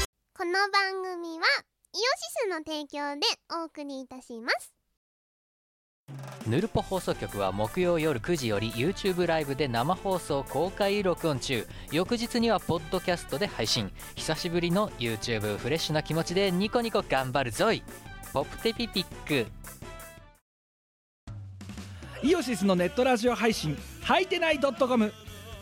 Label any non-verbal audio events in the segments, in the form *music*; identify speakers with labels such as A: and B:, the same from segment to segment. A: の番組はイオシスの提供でお送りいたします
B: ヌルポ放送局は木曜夜9時より YouTube ライブで生放送公開録音中翌日にはポッドキャストで配信久しぶりの YouTube フレッシュな気持ちでニコニコ頑張るぞいポップテピピック
C: イオシスのネットラジオ配信「はいてない .com」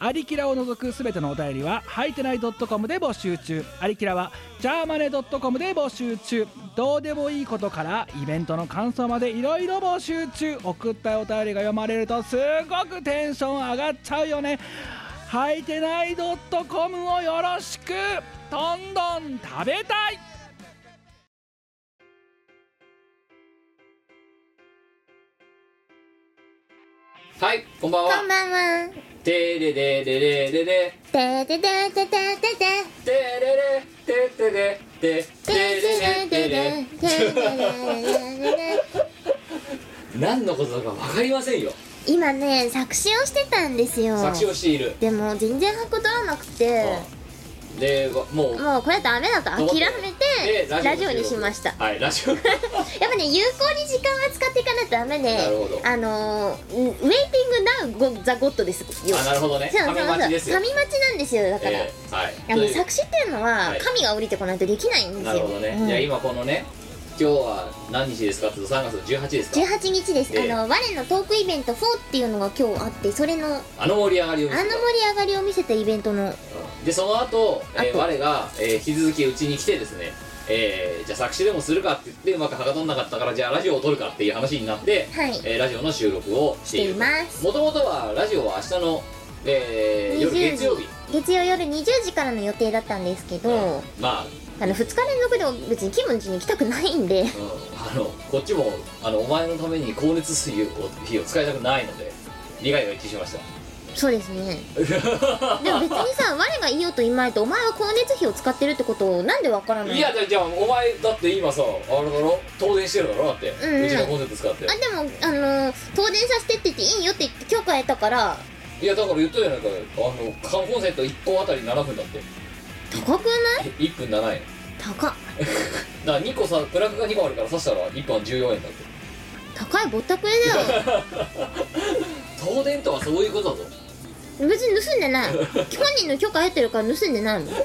C: アリキラを除くすべてのお便りは、はいてない .com で募集中。アリキラは、ジャーマネ .com で募集中。どうでもいいことから、イベントの感想までいろいろ募集中。送ったお便りが読まれると、すごくテンション上がっちゃうよね。はいてない .com をよろしくどんどん食べたい
D: はい、こんばん
A: こ
D: は
A: ん。ばんは
D: でれれれれれれれ。
A: ででででででで
D: でれれ。でれれ。で。でれれれれ何のことだかわかりませんよ。
A: 今ね作詞をしてたんですよ
D: 作詞をしている。
A: でも全然箱取らなくて
D: うんで、わもう。
A: もうこれダメだと諦めて
D: で
A: ラジオにしました
D: はい、
A: *laughs*
D: ラジオ。
A: やっぱね有効に時間は使っていかないとダメで
D: なるほど
A: あのーんウェイティングナウゴザゴッドですよ
D: あ、なるほどね。
A: そうそう
D: 神
A: そう
D: 待ちですよ。
A: 神待ちなんですよだから、
D: えーはい。
A: あ
D: と
A: の
D: いう
A: 作詞っていうのは
D: はい
A: 神が降りてこないとできないんですよ
D: なるほどね。
A: うん
D: じゃあ、今このね。今日は何日ですかって言うと、3月の18ですか。
A: 18日です、
D: ええ
A: あの我のトークイベント4っていうのが今日あってそれのあの
D: あの盛り上がりを見
A: 盛
D: せた。
A: り上がりを見せたイベントの
D: でその後、え
A: あ
D: ー
A: と
D: 我が、えー引き続きうちに来てですね、えーじゃあ作詞でもするかって言ってうまくはかどんなかったからじゃあラジオを撮るかっていう話になって、
A: はい
D: えーラジオの収録をしている
A: しています
D: もともとはラジオは明日の、えー夜
A: 20
D: 月曜日
A: 月曜夜20時からの予定だったんですけど、
D: まあ、
A: あの2日連続でも別にキムチに来たくないんで
D: うん、あのこっちもあのお前のために光熱水を火を使いたくないので理解が一致しました
A: そうですねでも別に
D: *laughs*
A: さ我がいようといまいとお前は光熱費を使ってるってことをなんでわからない
D: いやじゃあじゃあお前だって今さあれだろ東電してるだろだって、
A: んうん
D: うちの光熱使って
A: あでもあのー東電させてって言っていいよって言って許可得たから
D: いやだから言ったじゃないかあの缶コンセント1本あたり7分だって
A: 高くない
D: 1分7円だか
A: 高っ
D: ら2個さプラグが2個あるから刺したら1本14円だって
A: 高いぼったくりだ
D: *laughs*
A: よ
D: 東電とはそういうことだぞ
A: 別に盗んでない本人の許可得てるから盗んでないもん
D: いや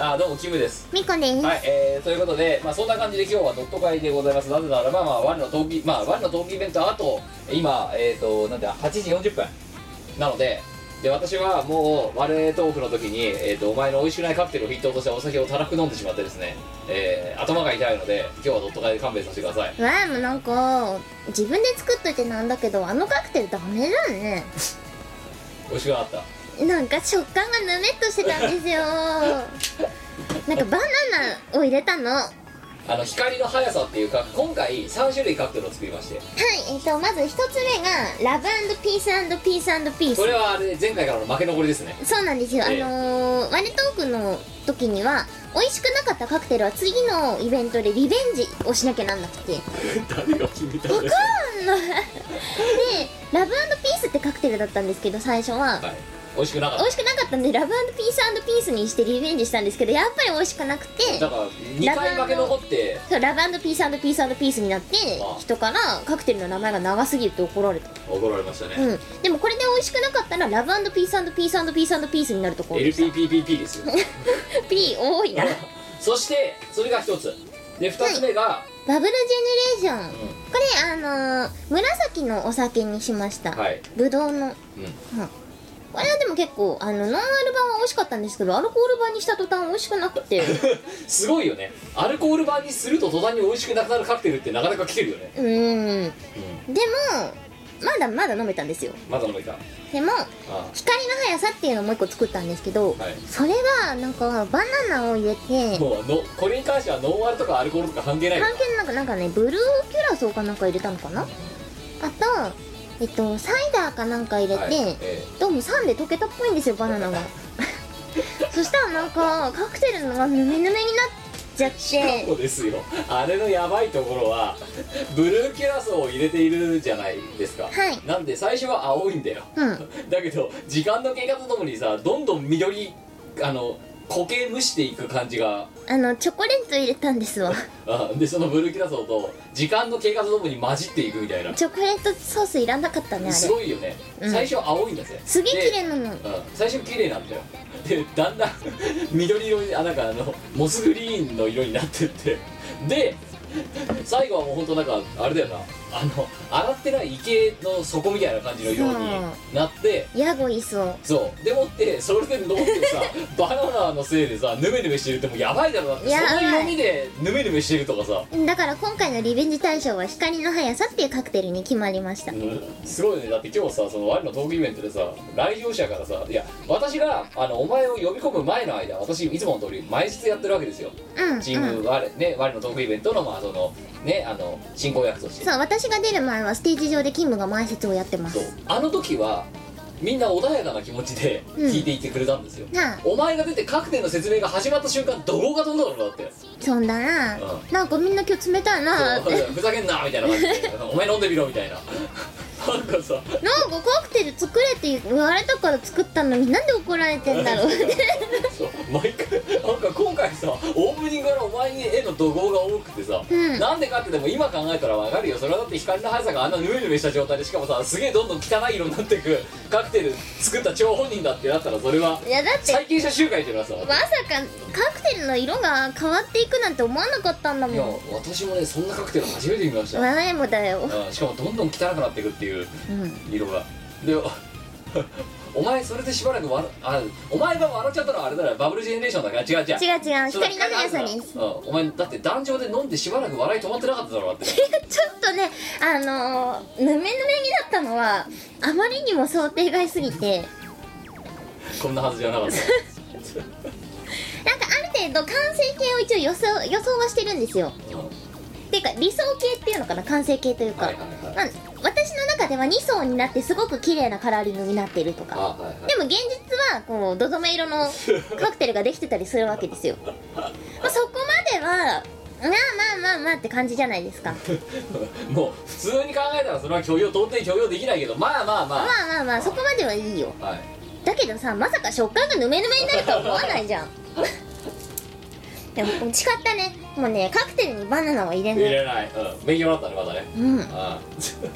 D: ああどうもキムです
A: みこです、
D: はい、えー、ということで、まあ、そんな感じで今日はドット会でございますなぜならば、まあ、ワンのトークイまあ、ワンのトークイベントあと今えっ、となんだ8時40分なのでで私はもうワルトークの時に、えー、とお前の美味しくないカクテルを筆頭としてお酒をたらふく飲んでしまってですね、えー、頭が痛いので今日はドット会で勘弁させてください
A: わあもうなんか自分で作っといてなんだけどあのカクテルダメだね
D: 美味しくなかった
A: なんか食感がぬめっとしてたんです
D: *laughs*
A: よなんかバナナを入れたのはい
D: あの光の速さっていうか今回3種類カクテルを作りまして
A: えっ、とまず一つ目がラブピースピースピース
D: これはあれ前回からの負け残りですね
A: そうなんですよ、
D: ええ
A: あのー、ワルトークの時には美味しくなかったカクテルは次のイベントでリベンジをしなきゃなんなくて *laughs* で
D: 誰が決めたんです
A: ラブピースってカクテルだったんですけど最初は、
D: か、はい、美味しくなかっ
A: 美味しくなかったんでラブピースピースにしてリベンジしたんですけどやっぱり美味しくなくて
D: ただから2回負け残って
A: そうラブピースピースピースになって
D: ああ
A: 人からカクテルの名前が長すぎるって怒られた、
D: 怒られましたね、
A: うん、でもこれで美味しくなかったらラブピースピースピースピースになるところでした
D: LPPPP ですよ
A: P 多いな
D: *laughs* そしてそれが一つで二つ目が、
A: バブルジェネレーション、これあのー紫のお酒にしました、
D: はい
A: ぶどうの、うん
D: うん
A: これはでも結構あのノンアル版は美味しかったんですけどアルコール版にした途端美味しくなく
D: *laughs*
A: て
D: *laughs* すごいよねアルコール版にすると途端に美味しくなくなるカクテルってなかなか来てるよね、
A: うーんでもまだまだ飲めたんですよ
D: まだ飲めたあ
A: でも
D: あ
A: 光の速さっていうのをもう一個作ったんですけど、
D: はい
A: それはなんかバナナを入れて関
D: もうのこれに関してはノンアルとかアルコールとか関係ないの
A: 係なくなんかねブルーキュラソーかなんか入れたのかなあとえっとサイダーかなんか入れて、
D: はいえ
A: どうも酸で溶けたっぽいんですよバナナ
D: *laughs*
A: がそしたらなんかカクテルのがぬめぬめになっちゃっ
D: えそ
A: て
D: うですよあれのやばいところは *laughs* ブルーキュラソーを入れているじゃないですか、
A: はい
D: なんで最初は青いんだよ
A: うん
D: *laughs* だけど時間の経過とともにさどんどん緑あの固形蒸していく感じが
A: あのチョコレート入れたん
D: *laughs*
A: ですわ
D: あでそのブルーキュラソーと時間の経過とともに混じっていくみたいな
A: チョコレートソースいらなかったねあれ
D: すごいよね、
A: うん
D: 最初青いんだぜ
A: すげえ綺
D: で
A: 麗なの
D: うん、最初綺麗なんだよでだんだん *laughs* 緑色にあなんかあのモスグリーンの色になってってで最後はもうほんとなんかあれだよなあの洗ってない池の底みたいな感じの色になって
A: ヤゴいそう
D: そうでもってそれで飲んで
A: *laughs*
D: さバナナのせいでさヌメヌメしてるってもうやばいだろだって
A: や
D: そ
A: ばい
D: の色味でヌメヌメしてるとかさ、
A: だから今回のリベンジ大賞は光の速さっていうカクテルに決まりました
D: うんすごいねだって今日さその我のトークイベントでさ来場者からさいや私があのお前を呼び込む前の間私いつもの通り毎日やってるわけですよ
A: うんうん
D: チーム我、ね我のトークイベントのまあそのねあの進行役として
A: そう私が出る前はステージ上でキムが前説をやってま
D: そう
A: す
D: あの時はみんな穏やかな気持ちで
A: うん
D: 聞いていってくれたんですよ、
A: なあ
D: お前が出て各店の説明が始まった瞬間怒号が飛んだろだって
A: そんだな
D: う
A: なんかみんな今日冷たいなっ
D: そう
A: て
D: ふざけんなみたいな感じで「お前飲んでみろ」みたいななんかさ
A: なんかカクテル作れって言われたから作ったのになんで怒られてんだろう *laughs* って
D: そう毎回なんか今回さオープニングからお前に絵の怒号が多くてさ、
A: うん
D: なんでかってでも今考えたらわかるよそれはだって光の速さがあんなヌメヌメした状態でしかもさすげえどんどん汚い色になってくカクテル作った張本人だってなったらそれはい
A: やだって
D: 債権者集会っていうのはさ、
A: まさかカクテルの色が変わっていくなんて思わなかったんだ
D: いや
A: もん
D: 私もねそんなカクテル初めて見ました、
A: 前もだよ
D: うんしかもどんどん汚くなってくっていう
A: うん
D: 色がで *laughs* お前それでしばらく笑あお前が笑っちゃったのはあれだよバブルジェネレーションだから違う違う
A: 違う違う
D: それ
A: 光の速さです
D: うんお前だって壇上で飲んでしばらく笑い止まってなかっただろだって
A: ち
D: *laughs*
A: ょっとねあのー、ぬめぬめになったのはあまりにも想定外すぎて
D: こん *laughs* なはずじゃなかった
A: なんかある程度完成形を一応予想予想はしてるんですよっていうか理想形っていうのかな完成形というか、
D: はいはいはい
A: まあ、私の中では2層になってすごく綺麗なカラーリングになってると
D: あ
A: か
D: はい *laughs* はい
A: でも現実はこうどどめ色
D: *laughs*
A: のカクテルができてたりするわけですよ、まあ、そこまではまあまあまあまあって感じじゃないですか
D: もう普通に考えたらそれは許容到底許容できないけどまあまあま
A: まあまあまあそこまではいいよ
D: あはい
A: だけどさまさか食感がぬめぬめになるとは思わないじ
D: *laughs*
A: ゃんでも誓ったねもうねカクテルにバナナは入れ
D: 入
A: ない
D: れないうん勉強だったねまだね
A: うん
D: あ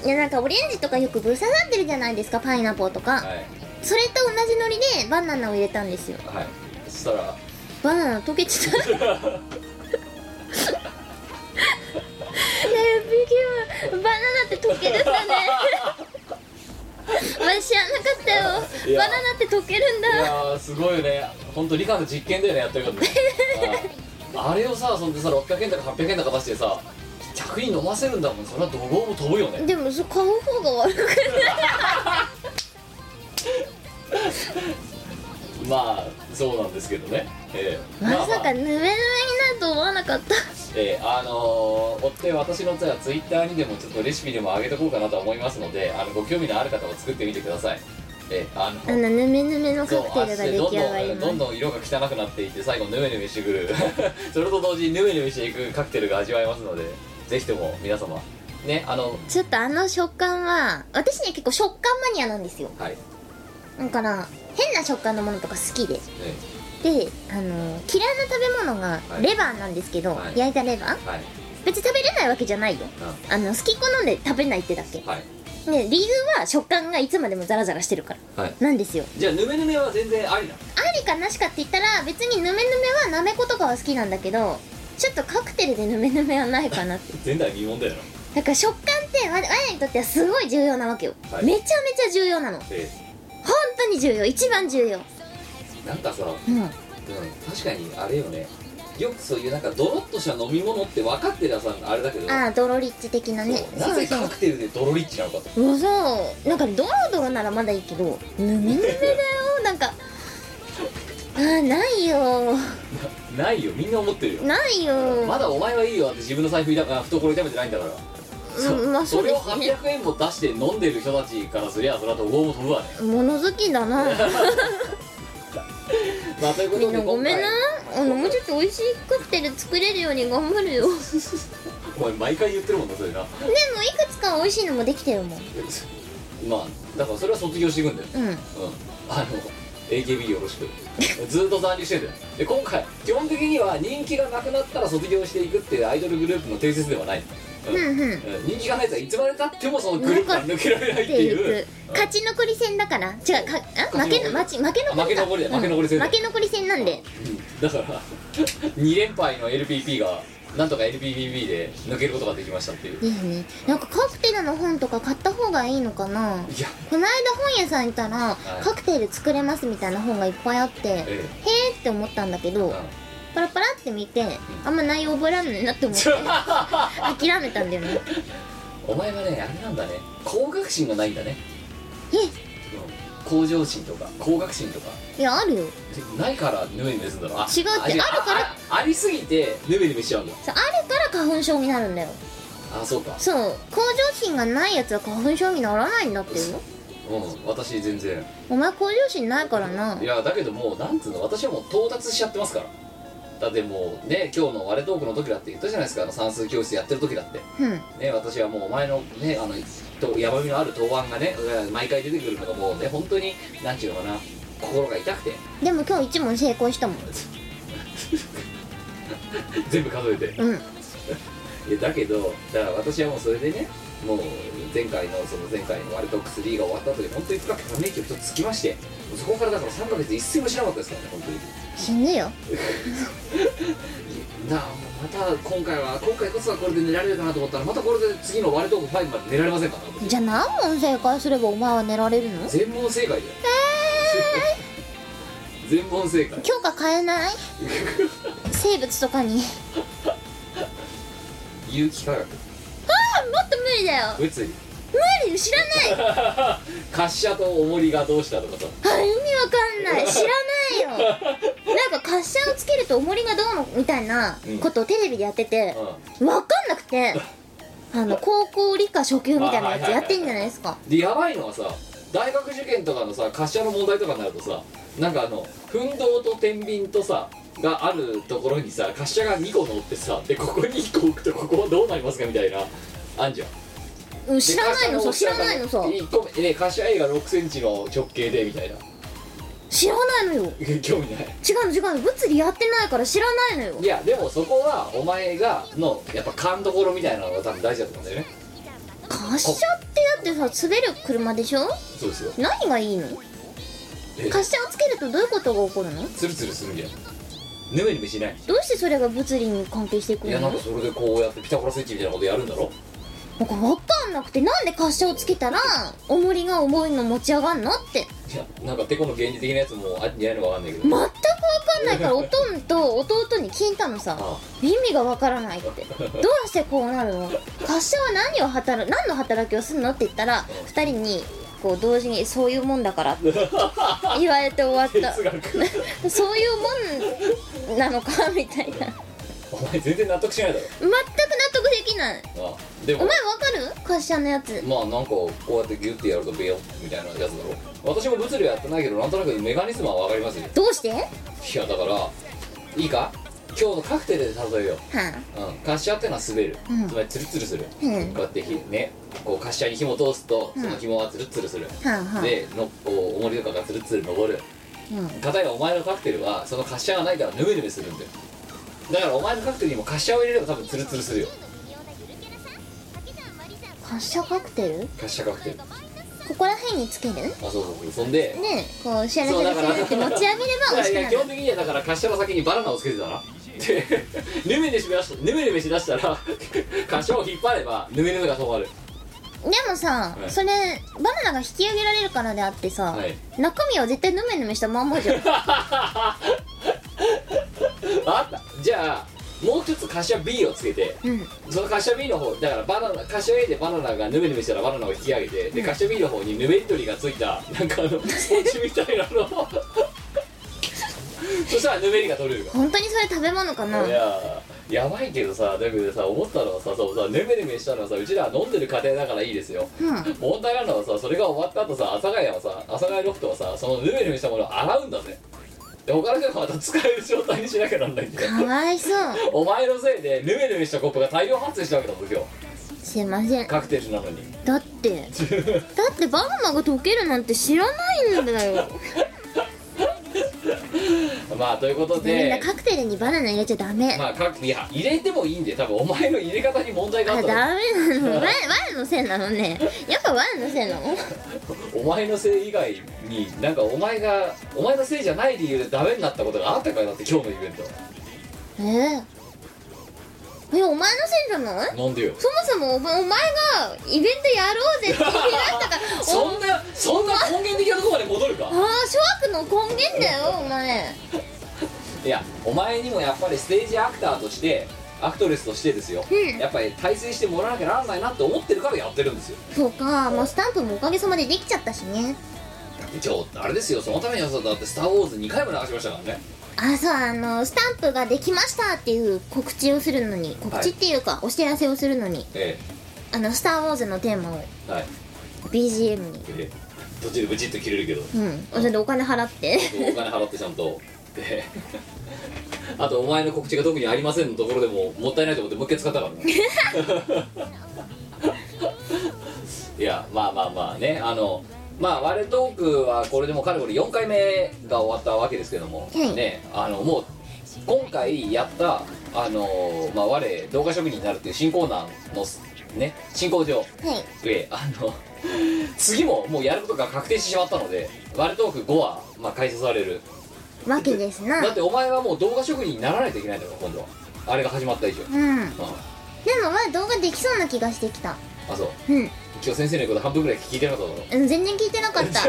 A: いやなんかオレンジとかよくぶっ刺さってるじゃないですかパイナポーとか、
D: あはい
A: それと同じノリでバナナを入れたんですよ
D: はいそしたら
A: バナナ溶けちゃったねえビキューバナナって溶けるんだね私知らなかったよ
D: いや
A: バナナって溶けるん
D: い
A: だ
D: やーすごいよね本当理科の実験だよねやってることね *laughs* あーあれをさそんでさ600円だか800円だか出してさ客に飲ませるんだもんそれは怒号も飛ぶよね
A: でもそう買う方が悪くない
D: まあそうなんですけどね、ええ
A: ま
D: まあ
A: さ
D: ま
A: か
D: あ
A: ぬめぬめになると思わなかった
D: ええあのー追って私のじゃあツイッターにでもちょっとレシピでも上げとこうかなとは思いますのであのご興味のある方は作ってみてくださいええあの
A: あのぬめぬめのカ
D: そう
A: クテルが出
D: どん
A: 来上がり
D: どんどん
A: ます
D: どん色が汚くなっていって最後ヌメヌメしてくる *laughs* それと同時にヌメヌメしていくカクテルが味わえますのでぜひとも皆様ねあの
A: ちょっとあの食感は私ね結構食感マニアなんですよ
D: はい、ね
A: だから変な食感のものとか好きでであの嫌いな食べ物が
D: はい
A: レバーなんですけど、
D: はい
A: 焼いたレバー
D: はい
A: 別に食べれないわけじゃないよ
D: う
A: あの好き好んで食べないってだけ
D: んはい
A: で理由は食感がいつまでもザラザラしてるから
D: はい
A: なんですよ
D: じゃあヌメヌメは全然ありなの
A: ありかなしかって言ったら別にヌメヌメはなめことかは好きなんだけどちょっとカクテルでヌメヌメはないかなって
D: *laughs* 前代未聞だよな
A: だから食感って我々にとってはすごい重要なわけよ、
D: はい
A: めちゃめちゃ重要なの本
D: え
A: 当に重要一番重要
D: えなんかさ
A: うん
D: うん確かにあれよねよくそういうなんかドロッとした飲み物って分かってたさあれだけど
A: ああドロリッチ的なね
D: そうなぜカクテルでドロリッチなのかと
A: うそうなんかドロドロならまだいいけどぬめぬめだよなんかあーないよ
D: ないよみんな思ってるよ
A: ないよ
D: まだお前はいいよだって自分の財布だから懐痛めてないんだから
A: うんまあそう
D: それ
A: で
D: を
A: すね
D: 800円も出して飲んでる人たちからすりゃそれはどこも飛ぶわね、
A: 物好きだ
D: *laughs*
A: な
D: まあ、というこ
A: み
D: と
A: ん
D: で
A: なご
D: 今
A: めん
D: 回
A: なあのもうちょっと美味しいカクテル作れるように頑張る
D: *laughs*
A: よでもい
D: お前毎回言ってるもんなそ *laughs* れな
A: くつか美味しいのもできてるもん
D: まあだからそれは卒業していくんだよ
A: うん
D: うん、あの AKB よろしく *laughs* ずっと残留してるんだよで今回基本的には人気がなくなったら卒業していくっていうアイドルグループの定説ではない、うん
A: うんうんっ
D: うん人気がないやつはいつまでたってもそのグループから抜けられないってて
A: い
D: いう
A: う勝ち残り戦だから違うかあ負けの負け負け残り
D: あ負け残りだ
A: うん
D: 負け残り戦だ
A: 負け残り戦なんで
D: うんだから *laughs* 2連敗の LPP がなんとか LPPB で抜けることができましたっていう
A: いいねなんかカクテルの本とか買った方がいいのかない
D: や
A: この間本屋さん行ったら
D: い
A: カクテル作れますみたいな本がいっぱいあってへ
D: え
A: ーって思ったんだけ
D: え
A: ど
D: う
A: パラパラって見てあんま内容覚えらんないなって
D: *laughs*
A: 思って諦めたんだよね
D: んお前はねあれなんだね高学心がないんだね、
A: え
D: うん、向上心とか高学心とか
A: いやあるよ
D: ないからヌメヌメするんだろ
A: 違うってあるから
D: ああありすぎてヌメヌメしちゃうんだ
A: そうあるから花粉症になるんだよ
D: あそうか
A: そう向上心がないやつは花粉症にならないんだってよ
D: うん私全然
A: お前向上心ないからない
D: やだけどもうなんつうの私はもう到達しちゃってますからだってもうね今日の「割れトーク」の時だって言ったじゃないですかあの算数教室やってる時だって
A: うん
D: ね私はもうお前のねあのと山みのある答案がね毎回出てくるのがもうね本当になんていうのかな心が痛くて
A: でも今日一問成功したもん
D: 全部数えて
A: うん
D: いやだけどだから私はもうそれでねもう前回のその前回のワルトック3が終わった後に本当に深くため息を一つつきましてそこからだから3ヶ月一睡もしなかったですからね本当に
A: 死ぬよ
D: なあもうまた今回は今回こそはこれで寝られるかなと思ったらまたこれで次のワルトーク5まで寝られませんかな
A: じゃあ何問正解すればお前は寝られるの
D: 全問正解だよ全問正解
A: 教科変えない *laughs* 生物とかに
D: 有機化学
A: あもっと無理だよ
D: *laughs* 物理
A: 無理よ知らない
D: 滑車と重りがどうしたとか *laughs* さ
A: あ意味わかん *laughs* ない知らないよなんか滑車をつけると重りがどうのみたいなことをテレビでやってて、
D: う
A: わかんなく *laughs* てあの高校理科初級みたいなやつやってんじゃないですか
D: でやばいのはさ大学受験とかのさ滑車の問題とかになるとさなんかあの奮闘と天秤とさがあるところにさ滑車が2個乗ってさでここに1個置くとここはどうなりますかみたいなあんじゃん
A: うん知らないのさ知らないのさ
D: 1個目え滑車 A が6センチの直径でみたいな *laughs*
A: 知らないのよ
D: 興味ない
A: 違うの違うの物理やってないから知らないのよ
D: いやでもそこはお前がのやっぱ勘どころみたいなのが多分大事だと思うんだよね
A: 滑車ってだってさ滑る車でしょ
D: そうですよ
A: 何がいいの
D: え
A: 滑車をつけるとどういうことが起こるの
D: ツルツルするんじゃんぬめぬめしない
A: どうしてそれが物理に関係してく
D: い
A: る
D: や
A: の
D: なんかそれでこうやってピタゴラスイッチみたいなことやるんだろ
A: なんか分かんなくてなんで滑車をつけたら重りが重いの持ち上がんのって
D: いやなんかてこの原理的なやつもあ似合うのかわかんないけど、
A: 全く分かんないからおとんと弟に聞いたのさ
D: あ
A: 意味が分からないってどうしてこうなるの滑車は何を働何の働きをするのって言ったら2人にこう同時にそういうもんだから
D: *laughs*
A: って言われて終わっ
D: 哲学
A: たそういうもんなのかみたいな全く納
D: お前全然納得しないだ
A: 得できない
D: ろあで
A: お
D: も
A: 前分かる滑車のやつ
D: まあなんかこうやってギュッてやるとベヨみたいなやつだろ私も物理はやってないけどなんとなくメカニズムはわかりますよ
A: どうしてはい
D: やだからいいか今日のカクテルで例えよう
A: あ
D: うん、滑車ってのは滑る、
A: うん
D: つまりツルツルする、
A: うん
D: こうやってひねこう滑車に紐通すと
A: う
D: そ
A: ん
D: の紐はツルツルする、
A: はあはあ
D: でのこう重りとかがツルツル登る
A: うん
D: 片やお前のカクテルはその滑車がないからヌメヌメするんだよだからお前のカクテルにも滑車を入れれば多分ツルツルするよ
A: 滑車カクテル
D: 滑車カクテルあ
A: ここら辺につけるね
D: そうそうそうそんで
A: こうシャラシャラシャラって
D: *laughs*
A: 持ち上げれば美味しく
D: いやい
A: な
D: や
A: る
D: 基本的にはだから滑車の先にバナナをつけてた *laughs* なでヌメヌメしだしたヌメヌメしだしたら *laughs* 滑車を引っ張ればヌメヌメが止まる
A: でもさ、
D: はい
A: それバナナが引き上げられるからであってさ、
D: はい
A: 中身は絶対ヌメヌメしたまんまじゃ
D: *laughs*
A: ん
D: あったじゃあもう一つ滑車 B をつけて
A: うん
D: その滑車 B の方だからバナナ滑車 A でバナナがヌメヌメしたらバナナを引き上げてで滑車 B の方にヌメリトリがついたなんかあのスポンジみたいなの *laughs* をそしたらヌメリが取れるか
A: 本当にそれ食べ物からない
D: ややばいけどさだけどさ思ったのはさそうさネメネメしたのはさうちらは飲んでる家庭だからいいですよ
A: うん
D: 問題なのはさそれが終わった後さ阿佐ヶ谷はさ阿佐ヶ谷ロフトはさそのヌメヌメしたものを洗うんだぜで他の人がまた使える状態にしなきゃなんないんだよ
A: かわいそう
D: お前のせいでヌメヌメしたコップが大量発生したわけだもん今日
A: すいません
D: カクテルなのに
A: だってだってバナナが溶けるなんて知らないんだよ
D: まあということ
A: みんな
D: で
A: カクテルにバナナ入れちゃダメ
D: まあかいや入れてもいいんで多分お前の入れ方に問題があ
A: あ
D: っただ
A: ダメなのわわのせいなのねやっぱわのせいなの
D: お前のせい以外になんかお前がお前のせいじゃない理由でダメになったことがあったからだって今日のイベント
A: ええいやお前のせいじゃない
D: なんでよ
A: そもそもお前お前がイベントやろうぜって言い出したから
D: *laughs*
A: お
D: そんなそんな根源的なとこまで戻るか
A: ああ諸悪の根源だよお前
D: いやお前にもやっぱりステージアクターとしてアクトレスとしてですよ、
A: うん
D: やっぱり大成してもらわなきゃならないなって思ってるからやってるんですよ
A: そうかまあスタンプもおかげさまでできちゃったしね
D: 一応あれですよそのためにはさだって「スター・ウォーズ」2回も流しましたからね
A: あそうあのスタンプができましたっていう告知をするのに告知っていうか、お知らせをするのに
D: え
A: あの「スター・ウォーズ」のテーマを
D: えはい
A: BGM に
D: ええ途中でブチッと切れるけど
A: うんそれでお金払
D: *laughs*
A: って
D: お金払ってちゃんとであとお前の告知が特にありませんのところでももったいないと思ってもう一回使ったからねいやまあまあまあねあのまあ「ワルトーク」はこれでもうかれこれ4回目が終わったわけですけども、
A: はい
D: ねあのもう今回やったあのまあ我動画職人になるっていう新コーナーのね進行上
A: はい
D: ええあの次ももうやることが確定してしまったので「ワルトーク5は」まあ、開催される
A: わけですな
D: だってお前はもう動画職人にならないといけないんだから今度はあれが始まった以上、うん、
A: うん
D: あ
A: でもまあ動画できそうな気がしてきた
D: そう
A: うん
D: 今日先生の言うこと半分ぐらい聞いてなかっただろ
A: うん全然聞いてなかった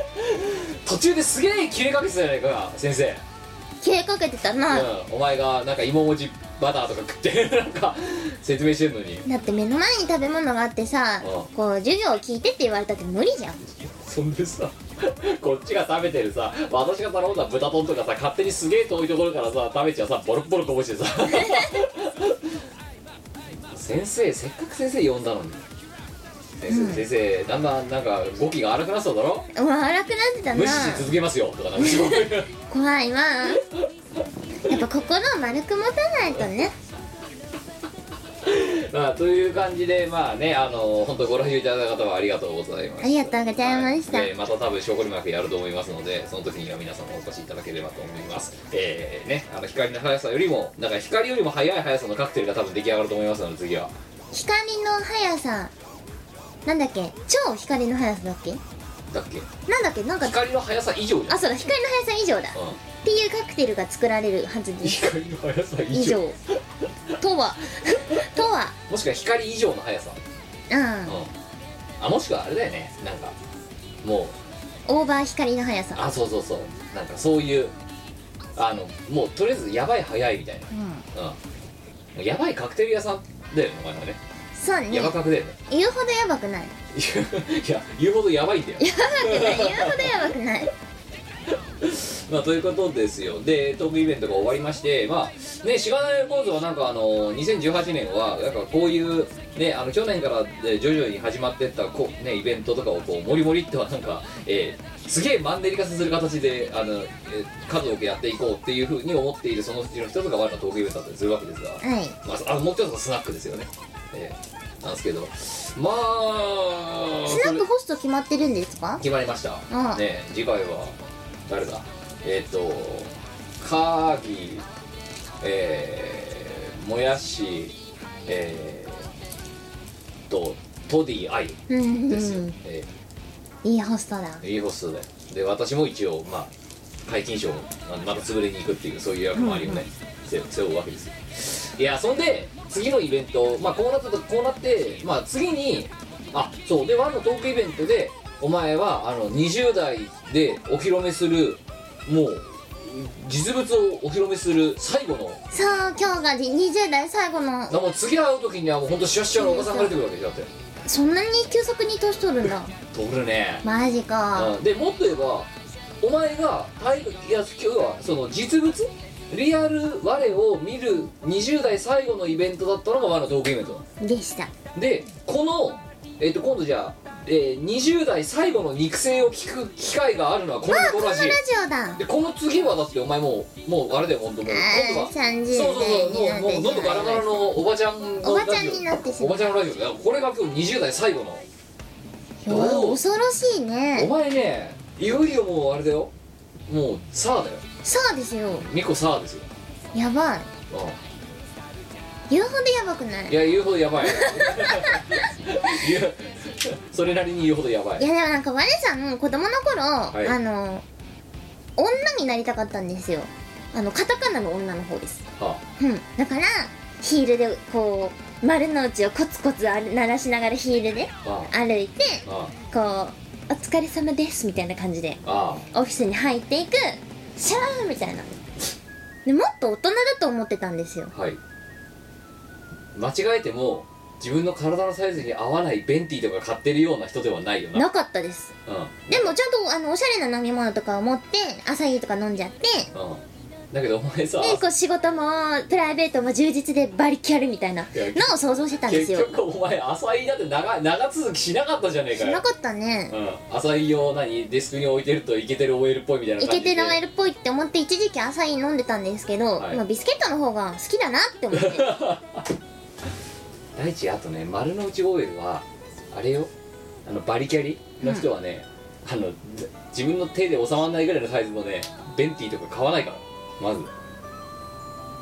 D: *laughs* 途中ですげえ切れかけてたじゃないか先生、
A: 切れかけてたな、
D: うん、お前がなんか芋文字バターとか食ってなんか説明してるのに
A: だって目の前に食べ物があってさ、
D: うん
A: こう授業を聞いてって言われたって無理じゃん
D: そんでさこっちが食べてるさ私が頼んだ豚丼とかさ勝手にすげえ遠いところからさ食べちゃうさボロッボロこぼしてさ先生せっかく先生呼んだのに先生,、先生だんだんなんか語気が荒くなってただろ
A: うわ荒くなってたな
D: 無視し続けますよとかなんかそういう
A: 怖いわやっぱ心を丸く持たないとね
D: まあという感じでまあねあの本当ご来場いただいた方はありがとうございました
A: ありがとうございました
D: はえーまた多分小堀幕やると思いますのでその時には皆様お越しいただければと思いますえー、ねあの光の速さよりもなんか光よりも速い速さのカクテルが多分出来上がると思いますので次は
A: 光の速さなんだっけ超光の速さだっけ
D: だっけ
A: なんだっけなんか
D: 光の速さ以上じゃん
A: あそうだ光の速さ以上だ
D: うん
A: っていうカクテルが作られるはずです
D: 光の速さ以
A: 以
D: 上
A: 上とは *laughs* とは
D: もしくは光以上の速さ
A: うん
D: うんあもしくはあれだよねなんかもう
A: オーバー光の速さ
D: あそうそうそうなんかそういうあのもうとりあえずやばい早いみたいな
A: うん
D: うんやばいカクテル屋さんだよねお前はね
A: そうね
D: ヤバカクだよね *laughs*
A: 言うほどやばくない
D: いや言うほどやばいんだよ
A: やばくない言うほどやばくない
D: まあということですよでトークイベントが終わりましてまあねしがないレコードはなんかあの2018年はなんかこういうねあの去年からえー徐々に始まってったこうねイベントとかをこうモリモリってはなんか、えーすげえマンネリ化させる形であの、えー数多くやっていこうっていうふうに思っているそのうちの一つが我らのトークイベントだったりするわけですが
A: はい
D: まあ、あのもう一つはスナックですよね、えーなんですけどまあ
A: スナック
D: それ
A: ホスト決まってるんですか
D: 決まりました
A: ああ
D: ね次回は誰だえっ、とカーギーえー、もやしえー、とトディアイ
A: うんう
D: ですよ、
A: ん
D: え
A: いいホストだ
D: ー、いいホストでで私も一応まあ皆勤賞あのまた潰れに行くっていうそういう役もありをね、背背負うわけですよいやそんで次のイベントまあこうなったとこうなってまあ次にあそうでワンのトークイベントでお前はあの20代でお披露目するもう実物をお披露目する最後の
A: そう今日が20代最後の
D: だからもう次会う時にはもうほんとシュワシュワのおばさんが出てくるわけでしょだって
A: そんなに急速に年取るんだ
D: 通るね
A: マジか
D: うんでもっと言えばお前が体育いや今日はその実物リアル我を見る20代最後のイベントだったのが我のトークイベントなの
A: でした
D: でこの、えっと今度じゃあ、えー20代最後の肉声を聞く機会があるのはこの
A: あこの
D: ドラ
A: ラジ
D: ジ
A: オだ
D: でこの次はだってお前もうもうあれだよ本当もう今度
A: あ
D: は
A: ー30
D: そうそうそうも
A: 代
D: うもう
A: になってしまいました
D: 喉ガラガラのおばちゃんの
A: おば
D: ラ
A: ちゃん
D: ジ
A: になってし
D: オお
A: ま
D: ば
A: う
D: ちゃんのラジオだよこれが今日20代最後の
A: うわ恐ろしい
D: お
A: ね
D: 前ねいよいよもうあれだよもうさあだよ
A: そうですよ
D: ミコさあですよ、
A: やばい
D: うん
A: 言うほどやばくない
D: いや言うほどやばい
A: *laughs*
D: 言うそれなりに言うほどやばい
A: いやでもなんか我さん子供の頃、
D: い
A: あの女になりたかったんですよあのカタカナの女の方です
D: は
A: うんだからヒールでこう丸の内をコツコツ歩鳴らしながらヒールで
D: あは
A: 歩いて
D: あは
A: こう「お疲れ様です」みたいな感じで
D: あああ
A: オフィスに入っていくシャーみたいなでもっと大人だと思ってたんですよ
D: はい間違えても自分の体のサイズに合わないベンティとか買ってるような人ではないよな
A: なかったです
D: うん
A: でもちゃんとあのおしゃれな飲み物とかを持って朝日とか飲んじゃって
D: うんだけどお前さ
A: でこう仕事もプライベートも充実でバリキャルみたいなのを想像してたんです
D: 結
A: よ
D: 局お前浅井だって長長続きしなかったじゃねえ
A: し
D: か
A: な
D: よ
A: かったね
D: うん、浅井を何デスクに置いてるとイケてる OL っぽいみたいな
A: イ
D: 感
A: ケ
D: じで
A: てるマイルっぽいって思って一時期朝日飲んでたんですけど、
D: はい
A: まあ、ビスケットの方が好きだなって思って
D: *laughs* 第一あとね丸の内 OL はあれよあのバリキャリの人はね、あのず自分の手で収まらないぐらいのサイズのねベンティとか買わないからまず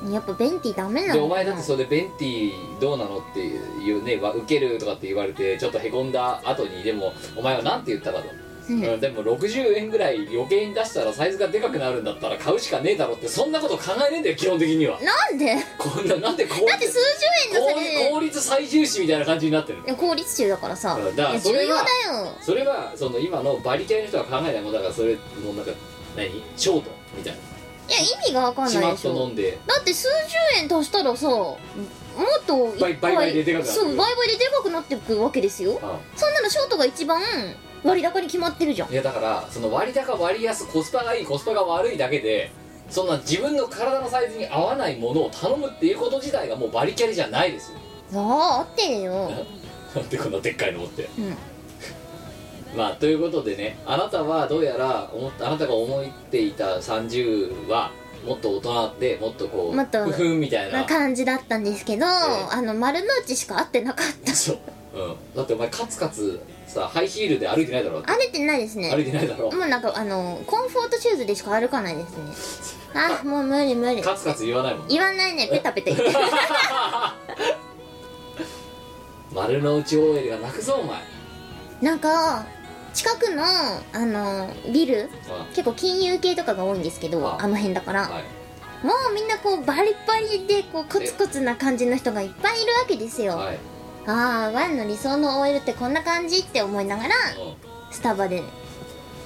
A: やっぱベンティダメなの
D: でお前だってそれベンティどうなのっていうねわ受けるとかって言われてちょっとへこんだ後にでもお前は何て言ったかと、
A: うん
D: うんでも60円ぐらい余計に出したらサイズがでかくなるんだったら買うしかねえだろってそんなこと考えねえんだよ基本的には
A: なんで
D: こんななんで効
A: だって
D: 率
A: 数十円のそれ
D: 効効率最重視みたいな感じになってる
A: いや効率中だからさ
D: うんだか
A: い
D: ら
A: や
D: そ
A: 重
D: れ
A: 要
D: は
A: だよ
D: それはその今のバリキャリの人は考えないもんだからそれもうなんか何ショートみたい
A: いや意味が分か
D: なんち
A: な
D: ま
A: いで
D: っ
A: し
D: と飲
A: ょ
D: んで
A: だって数十円足したらさもっといっぱい
D: 倍倍々ででかくなってく
A: そ
D: る
A: う倍々ででかくなってくわけですよ
D: あ
A: そんなのショートが一番割高に決まってるじゃん
D: いやだからその割高割安コスパがいいコスパが悪いだけでそんな自分の体のサイズに合わないものを頼むっていうこと自体がもうバリキャリじゃないですよ
A: ああ合ってるよ
D: なんてこんなでっかいの持って
A: うん
D: まあということでねあなたはどうやら思っあなたが思っていた30はもっと大人でもっとこう
A: もっと
D: ふふんみたいな
A: な感じだったんですけど、あの丸の内しか合ってなかった
D: そう、うん、だってお前カツカツさハイヒールで歩いてないだろ
A: 歩いてないです
D: 歩
A: ね
D: いてないだろ
A: もうなんかあのコンフォートシューズでしか歩かないですねあもう無理無理
D: カツカツ言わないもん
A: 言わないねペタペタ言って
D: *laughs* 丸の内 OL が泣くぞお前
A: なんか近くのあのビル結構金融系とかが多いんですけど
D: あ
A: あの辺だから、
D: はい
A: もうみんなこうバリバリでこうコツコツな感じの人がいっぱいいるわけですよ、
D: はい、
A: ああワンの理想の OL ってこんな感じって思いながら
D: うん
A: スタバで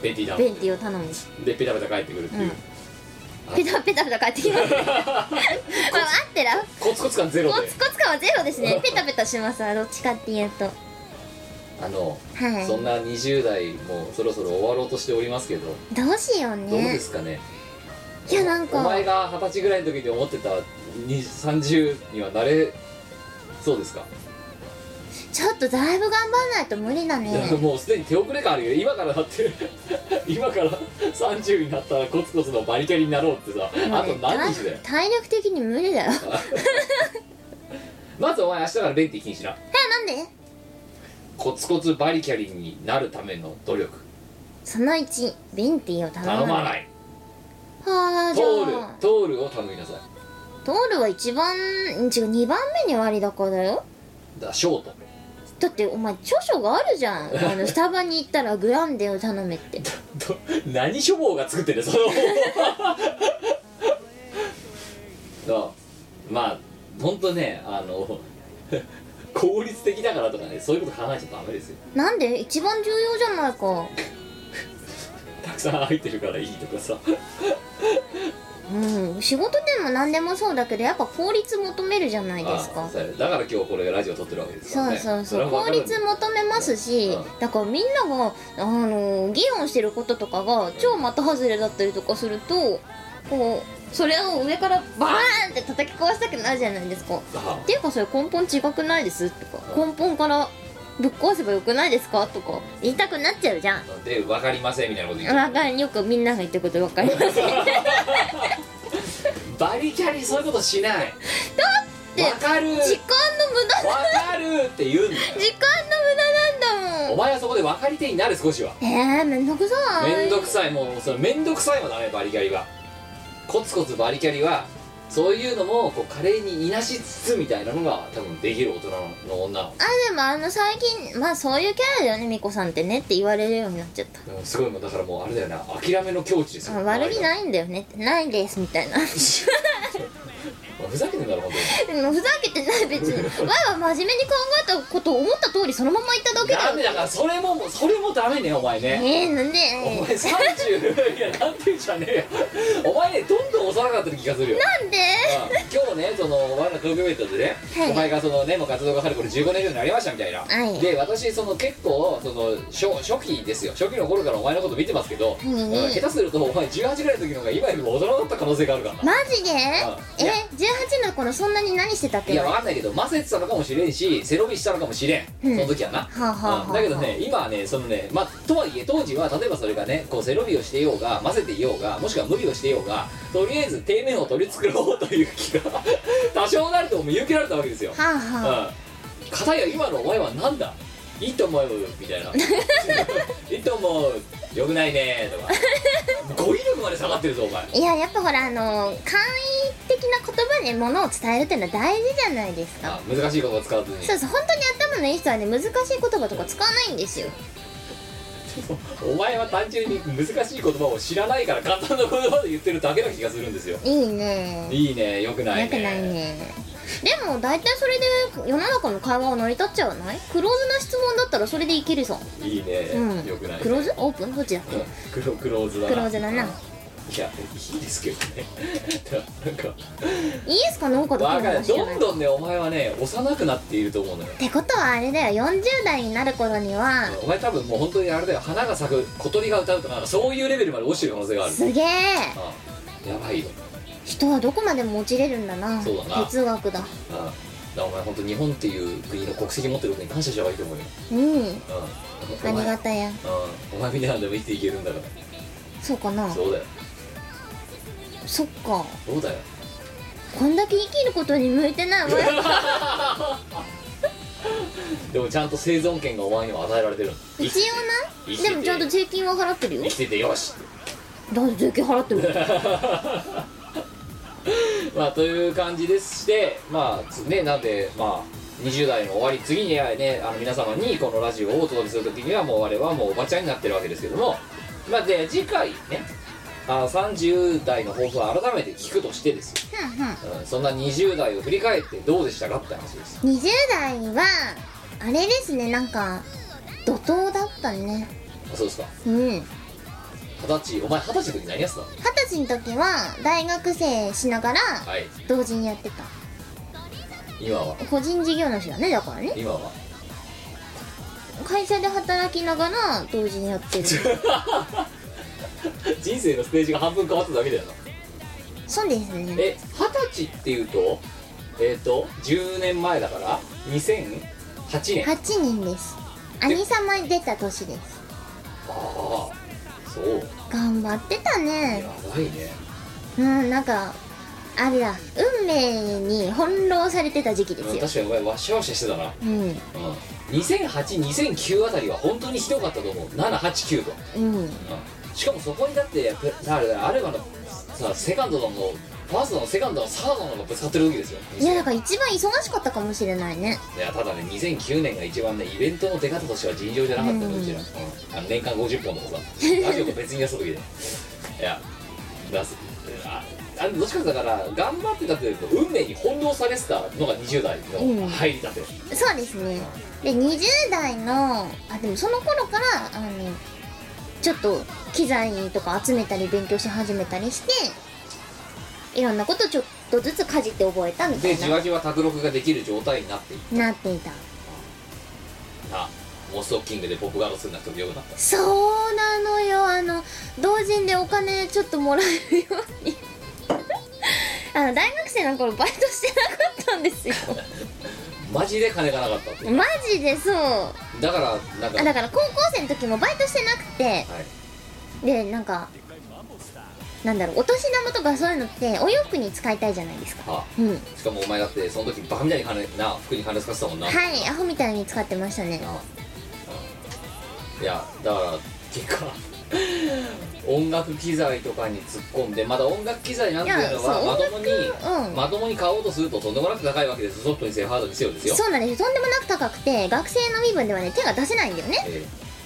D: ベンティだ
A: ベンティを頼む
D: でペタペタ帰ってくるっていう、あ
A: ペタペタペタ帰ってき
D: *laughs*
A: ます、ね、 *laughs* まあ合ってら
D: コツコツ感ゼロ
A: コ
D: で
A: ツコツ感はゼロですねペタペタしますわどっちかっていうとは
D: あの
A: い
D: そんな20代もそろそろ終わろうとしておりますけどど
A: どうしよう
D: うで
A: ね
D: すかね
A: いやなんか
D: お前が二十歳ぐらいの時に思ってたに30にはなれそうですか、
A: ちょっとだいぶ頑張らないと無理だね
D: もうすでに手遅れ感あるよ今からだって *laughs* 今から30になったらコツコツのバリキャリになろうってさあと何日だよ
A: 体力的に無理だよえ
D: まずお前明日からベンティ禁止な
A: なんで
D: コツコツバリキャリになるための努力
A: その1ベンティーを頼
D: 頼
A: む
D: まない
A: はあじゃ
D: トール
A: あ
D: トールを頼みなさい
A: トールは一番違う2番目に割高だよ
D: だショート
A: だってお前著書があるじ
D: *laughs*
A: ゃんあのスタバに行ったらグランデを頼めって
D: ど何書房が作ってるその *laughs* そうまあ本当ねあの *laughs* 効率的だからとかねそういうこと考えちゃダメですよ
A: なんで一番重要じゃないか
D: たくさん空いてるからいいとかさ
A: うん仕事でも何でもそうだけどやっぱ効率求めるじゃないです
D: あ
A: か
D: そうだから今日これラジオ撮ってるわけですから
A: そう
D: ね
A: そうそう
D: れはわ
A: 効
D: かる
A: 率求めますし
D: うん
A: だからみんながあの議論してることとかが超的外れだったりとかするとこうそれを上からバーンって叩き壊したくなるじゃないですか
D: あ
A: っていうかそれ根本違くないですとか根本からぶっ壊せばよくないですかとか言いたくなっちゃうじゃん
D: で分かりませんみたいなこと言
A: わ
D: って
A: かんよくみんなが言ってること分かりま
D: *laughs*
A: せんだ
D: バリキャリそういうことしない
A: って
D: 分かる
A: 時間の無駄な
D: 分かるって言うんだよ
A: 時間の無駄なんだも
D: お
A: ん
D: 前はそこで分かり手になる少しは
A: えー、めんどくさい
D: めんどくさいもうそれめんどくさいもダメバリキャリはコツコツバリキャリはそういうのもこう華麗にいなしつつみたいなのが多分できる大人の女なの
A: あでもあの最近まあそういうキャラだよねみこさんってねって言われるようになっちゃった
D: うんすごいもうだからもうあれだよな諦めの境地です
A: あ
D: よ
A: 悪気
D: い
A: ないんだよねってないですみたいなで
D: ふざけてんだろ本当に
A: もふざけてない別にわいは真面目に考えたことを思った通りそのまま言っただけだ
D: ダ
A: よ
D: メだからそれももうそれもダメねお前ね
A: えー、なんで
D: お前30いやなんていうんじゃねえよお前ねどんどん幼かった気がするよ
A: なんで
D: ああ今日ねその我ら東京ベイトでね、
A: はい
D: お前がそのねもう活動がはるこれ15年以上になりましたみたいな、
A: はい
D: で私その結構その初初期ですよ初期の頃からお前のこと見てますけど、
A: うんうん
D: うん下手するとお前18ぐらいの時の方が今よりも大人だった可能性があるからな、
A: マジで
D: い
A: え
D: や
A: 18の頃そんなに何してたっけ
D: いやわかんないけどませてたのかもしれんし背伸びしたのかもしれん、
A: うん
D: その時はな、
A: あはあはあ
D: うんだけどね今はねそのねまあとはいえ当時は例えばそれがねこう背伸びをしていようが混ぜていようがもしくは無理をしていようがとりあえず底面を取り繕おうという気が *laughs* 多少なりとも見受けられたわけですよ
A: はあはあ
D: うん片や今のお前はなんだいいと思うみ
A: *laughs*
D: たいな「いいと思うよくないね」とか語彙力まで下がってるぞお
A: *laughs*
D: 前
A: いややっぱほらあの簡易的な言葉で物を伝えるってのは大事じゃないですか
D: あ難しいことを使わずに
A: そうそう本当に頭のいい人はね難しい言葉とか使わないんですよ
D: お前は単純に難しい言葉を知らないから簡単な言葉で言ってるだけな気がするんですよ
A: いいね
D: いいねよくないね
A: よくないねでも大体それで世の中の会話を成り立っちゃわないクローズな質問だったらそれでいけるさ
D: いいね、
A: うん
D: よくないね
A: クローズオープンどっちだっけ
D: クロクローズだな
A: クローズだない
D: やいいですけどね *laughs* なんか
A: イエスかノーかどっ
D: わ
A: ち
D: か
A: か
D: る
A: もしれ
D: ど
A: ない
D: ん
A: っ
D: どんねお前はね幼くなっていると思うのよ
A: てことはあれだよ40代になる頃には
D: お前多分もう本当にあれだよ花が咲く小鳥が歌うとかなんかそういうレベルまで落ちてる可能性がある
A: すげえ
D: ああやばいよ
A: 人はどこまでも落ちれるんだな
D: そうだな
A: 哲学だ
D: ああだからお前本当日本っていう国の国籍持ってることに感謝した方がいいと思うよ、
A: うん
D: うん、
A: あ
D: お
A: り
D: 前
A: がたや
D: うん、お前みたいなんでも生きていけるんだか
A: そうからな
D: そうだよ
A: そっか
D: そうだよ
A: こんだけ生きることに向いてないわ
D: *laughs* でもちゃんと生存権がお前にも与えられてるの
A: 一応
D: 生き
A: な
D: て
A: でもちゃんと税金は払ってるよ
D: 生きててよしって
A: だって税金払ってる
D: *laughs* まあという感じでしてまあつねなんでまあ20代の終わり次にねあの皆様にこのラジオをお届けするときにはもう我々はもうおばちゃんになってるわけですけどもまあで次回ねあの30代の放送を改めて聞くとしてですよ、
A: ふんふん
D: うん、そんな20代を振り返ってどうでしたかって話です
A: 20代はあれですねなんか怒涛だったね
D: あそうですか
A: うん二十
D: 二十歳お前二十歳の時何やってたの
A: 歳の時は大学生しながら
D: はい
A: 同時にやってた
D: 今は
A: 個人事業主だねだからね
D: 今は
A: 会社で働きながら同時にや
D: *laughs*
A: ってる
D: 人生のステージが半分変わっただけだよな
A: そうですね
D: え二十歳っていうとえっ、と10年前だから2008年あ
A: 8人です兄様に出た年です
D: あそう
A: 頑張ってた
D: や
A: ね
D: ばいね
A: うんなんかあれだ運命に翻弄されてた時期で
D: う
A: す
D: ん
A: よ
D: 確かにお前ワシャワシャしてたな
A: うん
D: うん20082009あたりは本当にひどかったと思う789と、う
A: うん
D: ん、しかもそこにだってプあれあればのさセカンドのもファーストのセカンドのサードのがぶつかってる時ですよ
A: いやだから一番忙しかったかもしれないね
D: いやただね2009年が一番ねイベントの出方としては尋常じゃなかったの
A: うん
D: うちら、うんあの年間50本と
A: *laughs*
D: かさラジオと別にやった時でいや出すああどっちかっていうとだから頑張ってたというと運命に翻弄されてたのが20代
A: う
D: の
A: ん
D: 入りだって、
A: そうですねで20代のあでもその頃からあのちょっと機材とか集めたり勉強し始めたりしていろんなことちょっとずつかじって覚えたみた
D: で
A: い
D: じ
A: な
D: わじわ卓録ができる状態になっていっ
A: なっていた
D: たモーストッキングでポップガードするなくてもよくなった
A: そうなのよあの同人でお金ちょっともらえるように *laughs* あの大学生の頃バイトしてなかったん
D: *laughs*
A: ですよ
D: マジで金がなかったっていう
A: マジでそう
D: だからなんか
A: あだから高校生の時もバイトしてなくて
D: はい、
A: でなんかなんだろうお年玉とかそういうのってお洋服に使いたいじゃないですか
D: は
A: うん
D: あ、しかもお前だってその時バカみたいに金な服に金使ってたもんな、
A: はいアホみたいに使ってましたね
D: なあうんいやだからっていうか *laughs* 音楽機材とかに突っ込んでまだ音楽機材なんていうの
A: いやそ
D: は
A: う
D: まともに、
A: うん
D: まともに買おうとするととんでもなく高いわけですソフトにせよハードにせよですよ
A: そうなんですよとんでもなく高くて学生の身分ではね手が出せないんだよね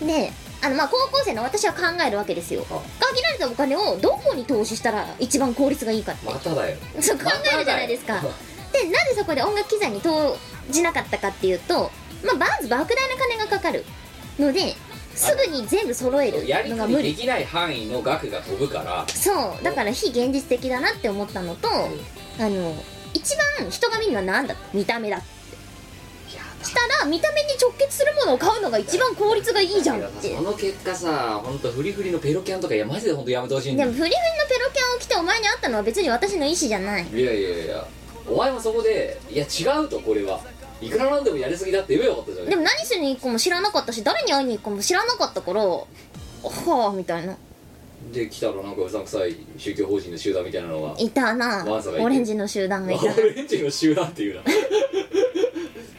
D: え
A: であのまあ高校生の私は考えるわけですよ
D: あ
A: 限られたお金をどこに投資したら一番効率がいいかっ
D: え
A: て
D: まただよ
A: そう考えるじゃないですか、でなぜそこで音楽機材に投じなかったかっていうとまあまず莫大な金がかかるのですぐに全部揃え
D: や
A: る
D: り
A: の
D: く
A: が
D: り
A: 無
D: で
A: 理
D: きない範囲の額が飛ぶから
A: そうだから非現実的だなって思ったのとあの一番人が見るのは何だ見た目だしたら見た目に直結するものを買うのが一番効率がいいじゃんって
D: その結果さ本当フリフリのペロキャンとかいやマジで本当やめてほしいんだ
A: で
D: よ
A: もフリフリのペロキャンを着てお前に会ったのは別に私の意思じゃない
D: いやいやいやお前もそこでいや違うとこれはいくらなんでもやりすぎだって言えばよかったじゃん
A: でも何しに行くかも知らなかったし誰に会いに行くかも知らなかったからはあみたいな
D: で来たらなんかうさんくさい宗教法人の集団みたいなのが
A: いたな
D: わざわざ行って
A: オレンジの集団がいた
D: オレンジの集団っていうな *laughs*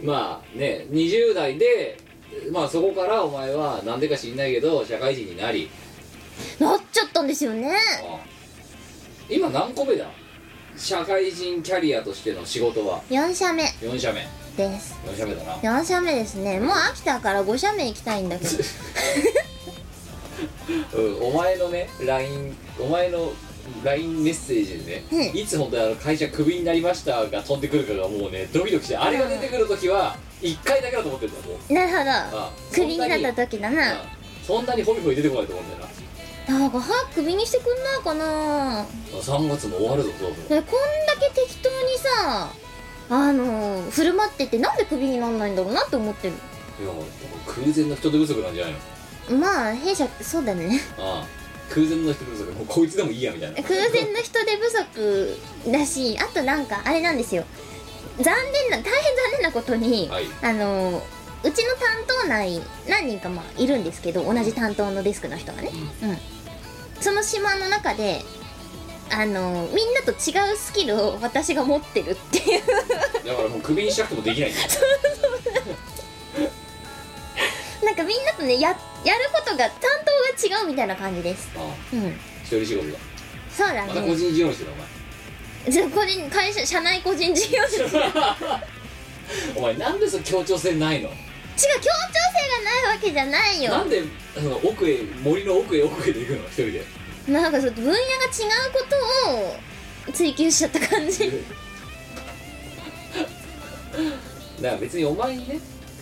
D: まあね20代でまあそこからお前は何でか知んないけど社会人になり
A: なっちゃったんですよね
D: あ今何個目だ社会人キャリアとしての仕事は
A: 4社目
D: 4社目
A: です
D: 4社目だな
A: 4社目ですねもう飽きたから5社目行きたいんだけ
D: *laughs*
A: ど
D: うん、お前のね LINE お前の LINE メッセージでね、
A: うん
D: いつ本当にあの会社クビになりましたが飛んでくるかがもうねドキドキしてあれが出てくる時は1回だけだと思ってるんだもう
A: なるほ
D: あ
A: どクビになった時だな
D: そんなにホイホイ出てこないと思うんだよな
A: なんか早くクビにしてくんないかな
D: 3月も終わるぞどうぞ
A: でこんだけ適当にさあの振る舞っててなんでクビになんないんだろうなって思ってる
D: いやもう空前の人手不足なんじゃないの
A: まあ弊社そうだ *laughs* ね
D: ああ空前の人手不足もうこいつでもいいやみたいな
A: 空前の人手不足だしあとなんかあれなんですよ残念な大変残念なことに、
D: はい
A: あのうちの担当内何人かまあいるんですけど同じ担当のデスクの人がね、うん、その島の中であのみんなと違うスキルを私が持ってるっていう *laughs*
D: だからもうクビにしたくてもできないんだよ
A: なんかみんなとねややることが担当が違うみたいな感じです
D: ああ
A: うん
D: 一人仕事だ
A: そうだ
D: また個
A: ね
D: 人事業主だお前
A: じゃあ個人会社社内個人事業主違う協調性が
D: *laughs* お前なんでその協調性ないの
A: ないわけじゃないよ
D: なんでその奥へ森の奥へ奥へで行くの一人で
A: なんかちょっと分野が違うことを追求しちゃった感じ
D: *laughs* だから別にお前にね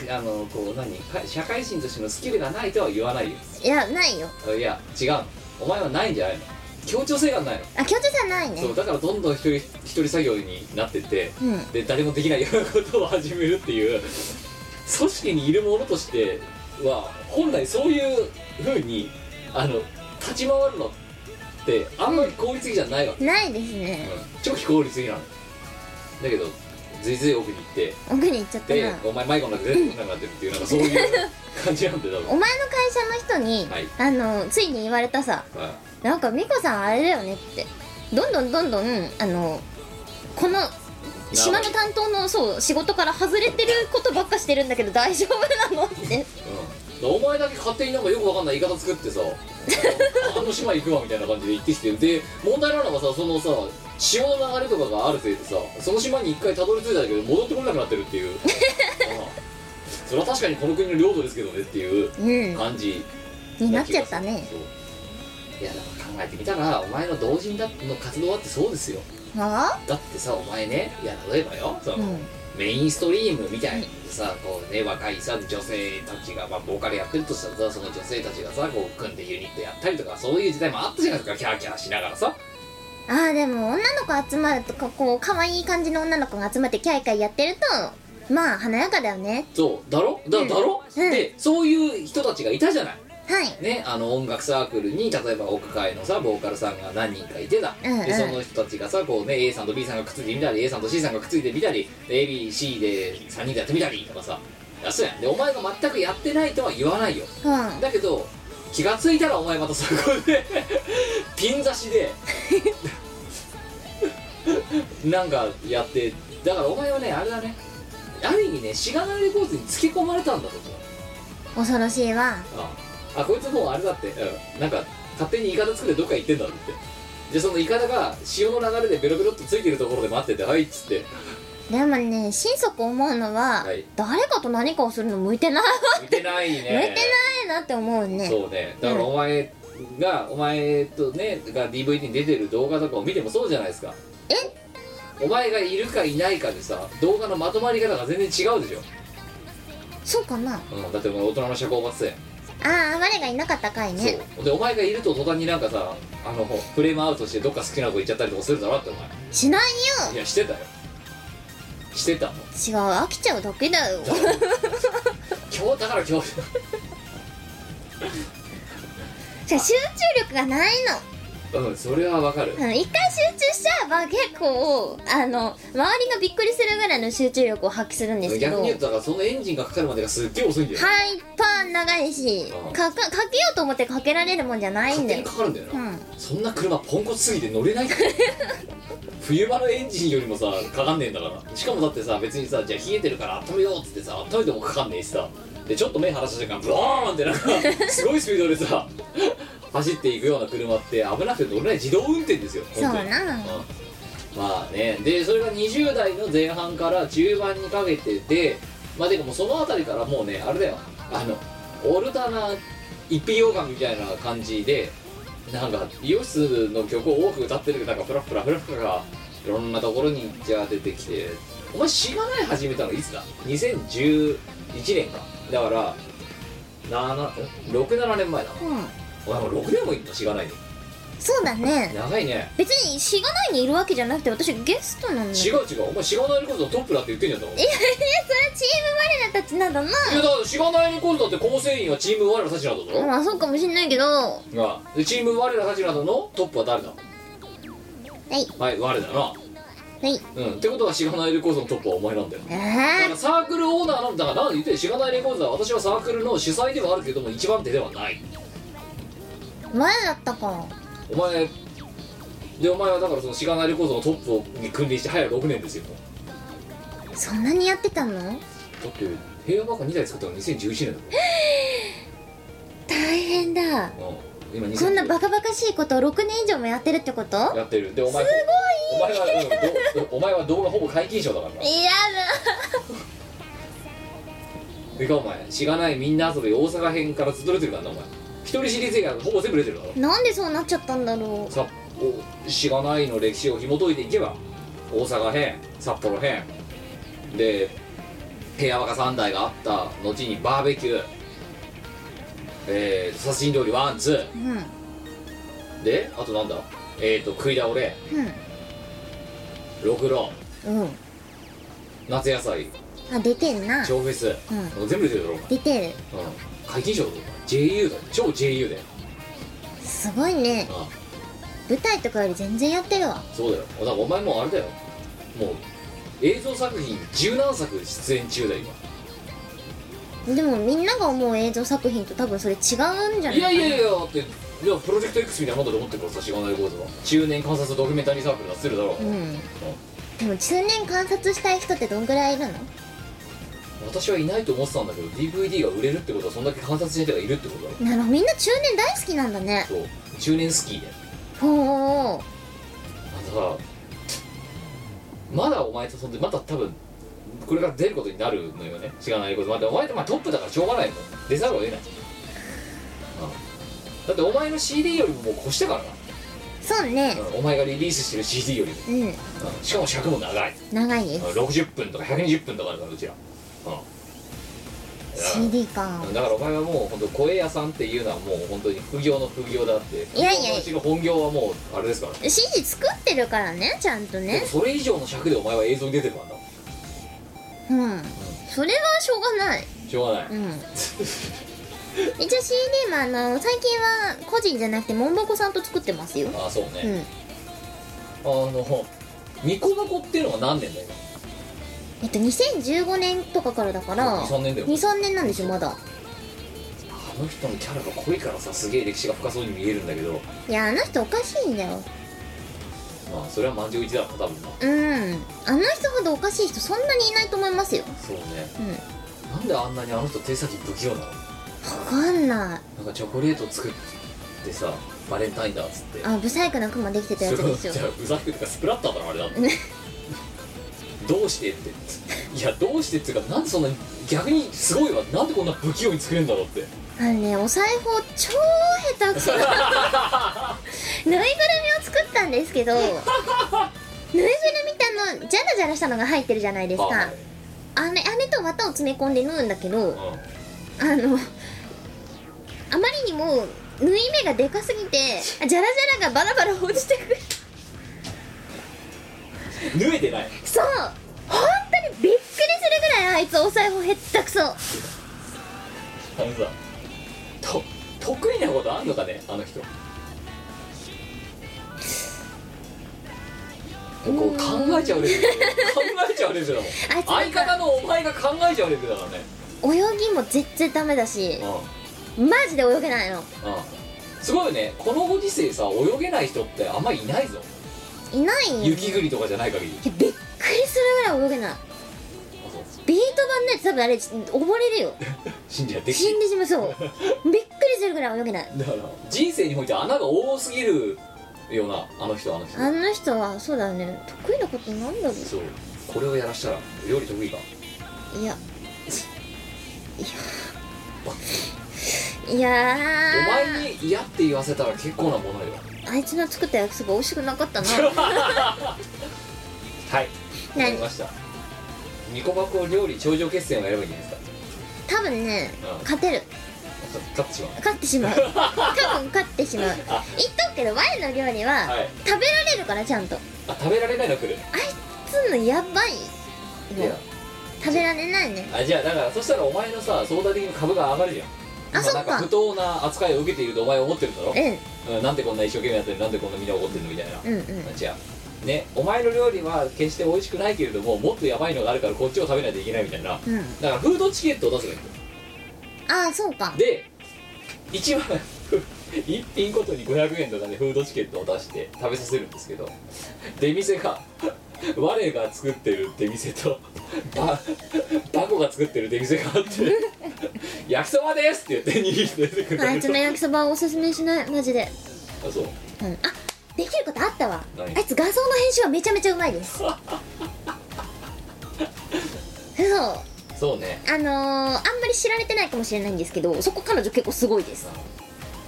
D: あのこう何か社会人としてのスキルがないとは言わないよ
A: いやないよ
D: いや違うのお前はないんじゃないの協調性がないの、
A: あ協調性はないね
D: そうだからどんどん一人一人作業になってって
A: うん
D: で誰もできないようなことを始めるっていう組織にいるものとしては本来そういうふうにあの立ち回るのってあんまり効率的じゃないわけ、
A: ないですね
D: うん超非効率的なのだけどずいずい奥に行って
A: 奥に行っちゃった
D: で
A: な
D: お前迷子になって全部なくなってるっていうなんかそういう感じなんで多分
A: お前の会社の人に、
D: はい
A: あのついに言われたさ
D: ま
A: なんか美子さんあれだよねってどんどんどんどんあのこの
D: あ
A: 島の担当のそう仕事から外れてることばっかしてるんだけど大丈夫なのって
D: うん、お前だけ勝手になんかよくわかんない言い方作っ
A: *laughs*
D: てさあの島行くわみたいな感じで行ってきてで問題なのがさそのさ潮の流れとかがあるせいでさその島に一回たどり着いたんだけど戻ってこれなくなってる
A: *laughs*
D: っていうああそれは確かにこの国の領土ですけどねっていう
A: う
D: 感じ
A: んになっちゃったね
D: そういやだから考えてみたらお前の同人だの活動だってそうですよ
A: は
D: だってさお前ねいや例えばよその、
A: あうん
D: メインストリームみたいにさこうね若いさ女性たちがまあボーカルやってるとしたらさその女性たちがさこう組んでユニットやったりとかそういう時代もあったじゃないですかキャーキャーしながらさ
A: あーでも女の子集まるとかこう可愛い感じの女の子が集まってキャイキャイやってるとまあ華やかだよね
D: そうだろだ,、
A: うん
D: だろ
A: うん
D: でそういう人たちがいたじゃない
A: はい
D: ね、あの音楽サークルに例えば奥会のさボーカルさんが何人かいてだ、
A: うんうん
D: でその人たちがさこう、ね、A さんと B さんがくっついてみたり A さんと C さんがくっついてみたり ABC で3人でやってみたりとかさやそうやんでお前が全くやってないとは言わないよ
A: は
D: だけど気がついたらお前またそこで *laughs* ピン刺しで *laughs* なんかやってだからお前はねあれだねある意味ねしがないレコーズにつけ込まれたんだと思う
A: あ恐ろしいわ
D: ああこいつもうあれだって、うん、なんか勝手にイカダ作ってどっか行ってんだろうってでそのイカダが潮の流れでベロベロっとついてるところで待ってて「はい」っつって
A: でもね心底思うのは、
D: はい
A: 誰かと何かをするの向いてない
D: 向いてないね
A: 向いてないなって思うね
D: そうねだからお前が、お前とねが DVD に出てる動画とかを見てもそうじゃないですかお前がいるかいないかでさ動画のまとまり方が全然違うでしょ、
A: そうかな
D: うん、だってお前大人の社交罰だよ
A: ああ我がいなかったかいね
D: そうでお前がいると途端になんかさあのフレームアウトしてどっか好きな子行っちゃったりとかするだろってお前
A: しない
D: い
A: よ
D: やしてたよしてたの
A: 違う飽きちゃうだけだよ
D: *laughs* 今日だから今日
A: じゃあ集中力がないの
D: うんそれはわかる
A: あの一回集中しちゃえば結構あの周りがびっくりするぐらいの集中力を発揮するんですけ
D: 逆
A: ど
D: に言うとだからそのエンジンがかかるまでがすっげえ遅いんだよ
A: ハイパー長いし
D: うん
A: かかかけようと思ってかけられるもんじゃないん
D: 勝
A: だ
D: 手に
A: よ
D: かかるんだよな、
A: うん
D: そんな車ポンコツすぎて乗れないから冬場のエンジンよりもさかかんねえんだからしかもだってさ別にさじゃあ冷えてるから温めようっつってさ温めてもかかんねえしさでちょっと目離した瞬間ブーンってなん
A: *laughs*
D: かすごいスピードでさ走っていくような車って危なくて乗れない自動運転ですよ
A: そうな
D: 本当にうんまあねでそれが20代の前半から中盤にかけてでまあでもその辺りからもうねあれだよあのオルタナ一品洋館みたいな感じでなんか美容室の曲を多く歌ってるけどなんかフラフラフラフラがいろんなところにじゃあ出てきてお前しがない始めたのいつだ2011年かだから67年前だな
A: うん
D: お前もう6年もいったしがないの
A: そうだね
D: 長いね
A: 別にしがないにいるわけじゃなくて私ゲストなんだ
D: 違
A: よ
D: う違うお前しがないレコードのトップだって言ってんじゃんと思う
A: いやいや *laughs* それはチーム我らたちなどの
D: いやだからしがないレコードだって構成員はチーム我らたちなどだろ、
A: まあそうかもしんないけどは
D: がでチーム我らたちなどのトップは誰だ
A: い
D: はい我だな
A: はい
D: うんってことはしがないレコードのトップはお前なんだよだか
A: あ
D: らサークルオーナーなんだからなんで言ってるしがないレコードは私はサークルの主催ではあるけども一番手ではない
A: あ前だったか
D: お前でお前はだからそのしがないレコードのトップに君臨して早6年ですよ
A: そんなにやってたの
D: だって平和バカ2台作ったの2011年だろ
A: 大変だ
D: うん今2011
A: こんなバカバカしいことを6年以上もやってるってこと
D: やってるでお前すごいお前は、うんどお前は動画ほぼ解禁賞だからな
A: 嫌
D: いかお前しがないみんな遊び大阪編からずっと出てるからなお前一人シリーズ以外ほぼ全部出てるから
A: だなんでそうなっちゃったんだろ
D: さおしがないの歴史を紐解いていけば大阪編札幌編で平和が3台があった後にバーベキューえー、殺人料理ワンツ
A: ううんうん
D: ーであとなんだえっ、ー、と食い倒れろくろ
A: うん
D: 夏野菜
A: あ出てんな
D: 超フェス、
A: う
D: 全部出てるだろお前
A: 出てる
D: うん解禁賞だぞお前 JU だよ超 JU だよ、
A: すごいね
D: うん
A: 舞台とかより全然やってるわ
D: そうだよだからお前もうあれだよもう映像作品十何作出演中だよ
A: でもみんなが思う映像作品と多分それ違うんじゃな
D: 今
A: い
D: いやいやいやだっていやプロジェクト X みたいなもんだと思ってるからさしがないコーズは中年観察ドキュメンタリーサークルがするだろう、
A: うんでも中年観察したい人ってどんぐらいいるの
D: 私はいないと思ってたんだけど DVD が売れるってことはそんだけ観察してがいるってことだろ
A: ならみんな中年大好きなんだね
D: そう中年スキーで
A: ほう
D: だからまだお前とそんでまた多分これから出ることになるのよねしがないことまでお前ってまあトップだからしょうがないもん出ざるを得ない、うんだってお前の CD よりももう越したから
A: そうね
D: な、うんお前がリリースしてる CD よりも、
A: うん
D: うんしかも尺も長い、
A: 長いで
D: うん
A: す
D: 60分とか120分とかだからうちら、うんだから
A: CD か
D: だからお前はもう本当声屋さんっていうのはもう本当に副業の副業だって
A: いやいや
D: うちの本業はもうあれですから
A: CD 作ってるからねちゃんと
D: でも
A: ね
D: それ以上の尺でお前は映像に出てるからな
A: うんそれはしょうがない
D: *laughs* しょうがない、
A: うん一応 CD もあの最近は個人じゃなくてもんばこさんと作ってますよ
D: ああそう
A: う
D: ね、
A: ん
D: あのニコマコっていうのが何年だよ
A: えっと2015年とかからだから
D: 23年だよ
A: 23年なんですよまだ
D: あの人のキャラが濃いからさすげえ歴史が深そうに見えるんだけど
A: いやあの人おかしいんだよ
D: まあそれは満場一致だろうな多分な
A: うんあの人ほどおかしい人そんなにいないと思いますよ
D: そうね
A: うん
D: なんであんなにあの人手先不器用なの
A: わかんない
D: なんかチョコレート作ってさバレンタインだっつって
A: あブサイクなクマできてたやつ
D: *laughs* そう
A: です
D: じ
A: よ
D: ゃあうざくてかスプラッターだろあれだって
A: ね
D: どうしてっていやどうしてっていうかなんでそんな逆にすごいわなんでこんな不器用に作れるんだろうって
A: あのねお裁縫超下手
D: *laughs*
A: くそなぬいぐるみを作ったんですけどぬいぐるみってあのジャラジャラしたのが入ってるじゃないですか、
D: はい
A: あれあれと綿を詰め込んで縫うんだけど
D: う
A: あのあまりにも縫い目がでかすぎてあジャラジャラがバラバラ落ちてくる
D: ん縫えてない
A: そう本当にびっくりするぐらいあいつお裁縫へったくそ
D: あのさと得意なことあんのかねあの人こう考えちゃう *laughs* レベルだもん考えちゃうレベルだもん
A: あいつなん
D: 相
A: か
D: 方のお前が考えちゃうレベルだからね
A: 泳ぎも全然ダメだし
D: うん
A: マジで泳げないの
D: うんすごいよねこのご時世さ泳げない人ってあんまいないぞ
A: いないよね
D: 雪国とかじゃない限
A: い
D: り
A: やびっくりするぐらい泳げない
D: あそう
A: ビート版のやつ多分あれ溺れるよ
D: 死んじゃってき
A: 死んでしまいそうびっくりするぐらい泳げない
D: だから人生において穴が多すぎるようなあの人あの人
A: あの人はそうだね得意なことなんだろ
D: そうこれをやらしたら料理得意か
A: ういやいやい
D: お
A: や
D: 前に嫌って言わせたら結構なも
A: *laughs*
D: のよ
A: ーあいつの作った焼きそば美味しくなかったな
D: はいわかり
A: 何
D: ましたニコバコ料理頂上決戦をやればいいんじゃないです
A: 多分ね
D: うん
A: 勝てる
D: か勝ってしまう
A: 勝ってし
D: *laughs*
A: まう多分勝ってしまう言っとくけど我の料理は
D: はい
A: 食べられるからちゃんと
D: あ食べられないの来る
A: あいつのやばい
D: いや
A: よ食べられないね
D: あじゃあだからそしたらお前のさ相対的に株が上がるじゃん
A: あ
D: 今
A: そ
D: な
A: っ
D: んか
A: か
D: 不当な扱いを受けているとお前は思ってるんだろ
A: うん
D: うん、なんでこんな一生懸命やってるなんでこんなみんな怒ってるのみたいな、
A: うんうん
D: 違うねお前の料理は決して美味しくないけれどももっとやばいのがあるからこっちを食べないといけないみたいな
A: うん
D: だからフードチケットを出すのよ
A: ああそうか
D: で1枚一品ごとに500円とかでフードチケットを出して食べさせるんですけど出店が我が作ってる出店とばバコが作ってる出店があって *laughs* 「焼きそばです!」って言って握って出てく
A: あい
D: れ
A: つの
D: る
A: 焼きそばはおすすめしないマジで、
D: あそう
A: うん、あできることあったわ
D: 何
A: あいつ画像の編集はめちゃめちゃうまいです
D: *laughs*
A: そう
D: そうね
A: あのー、あんまり知られてないかもしれないんですけどそこ彼女結構すごいです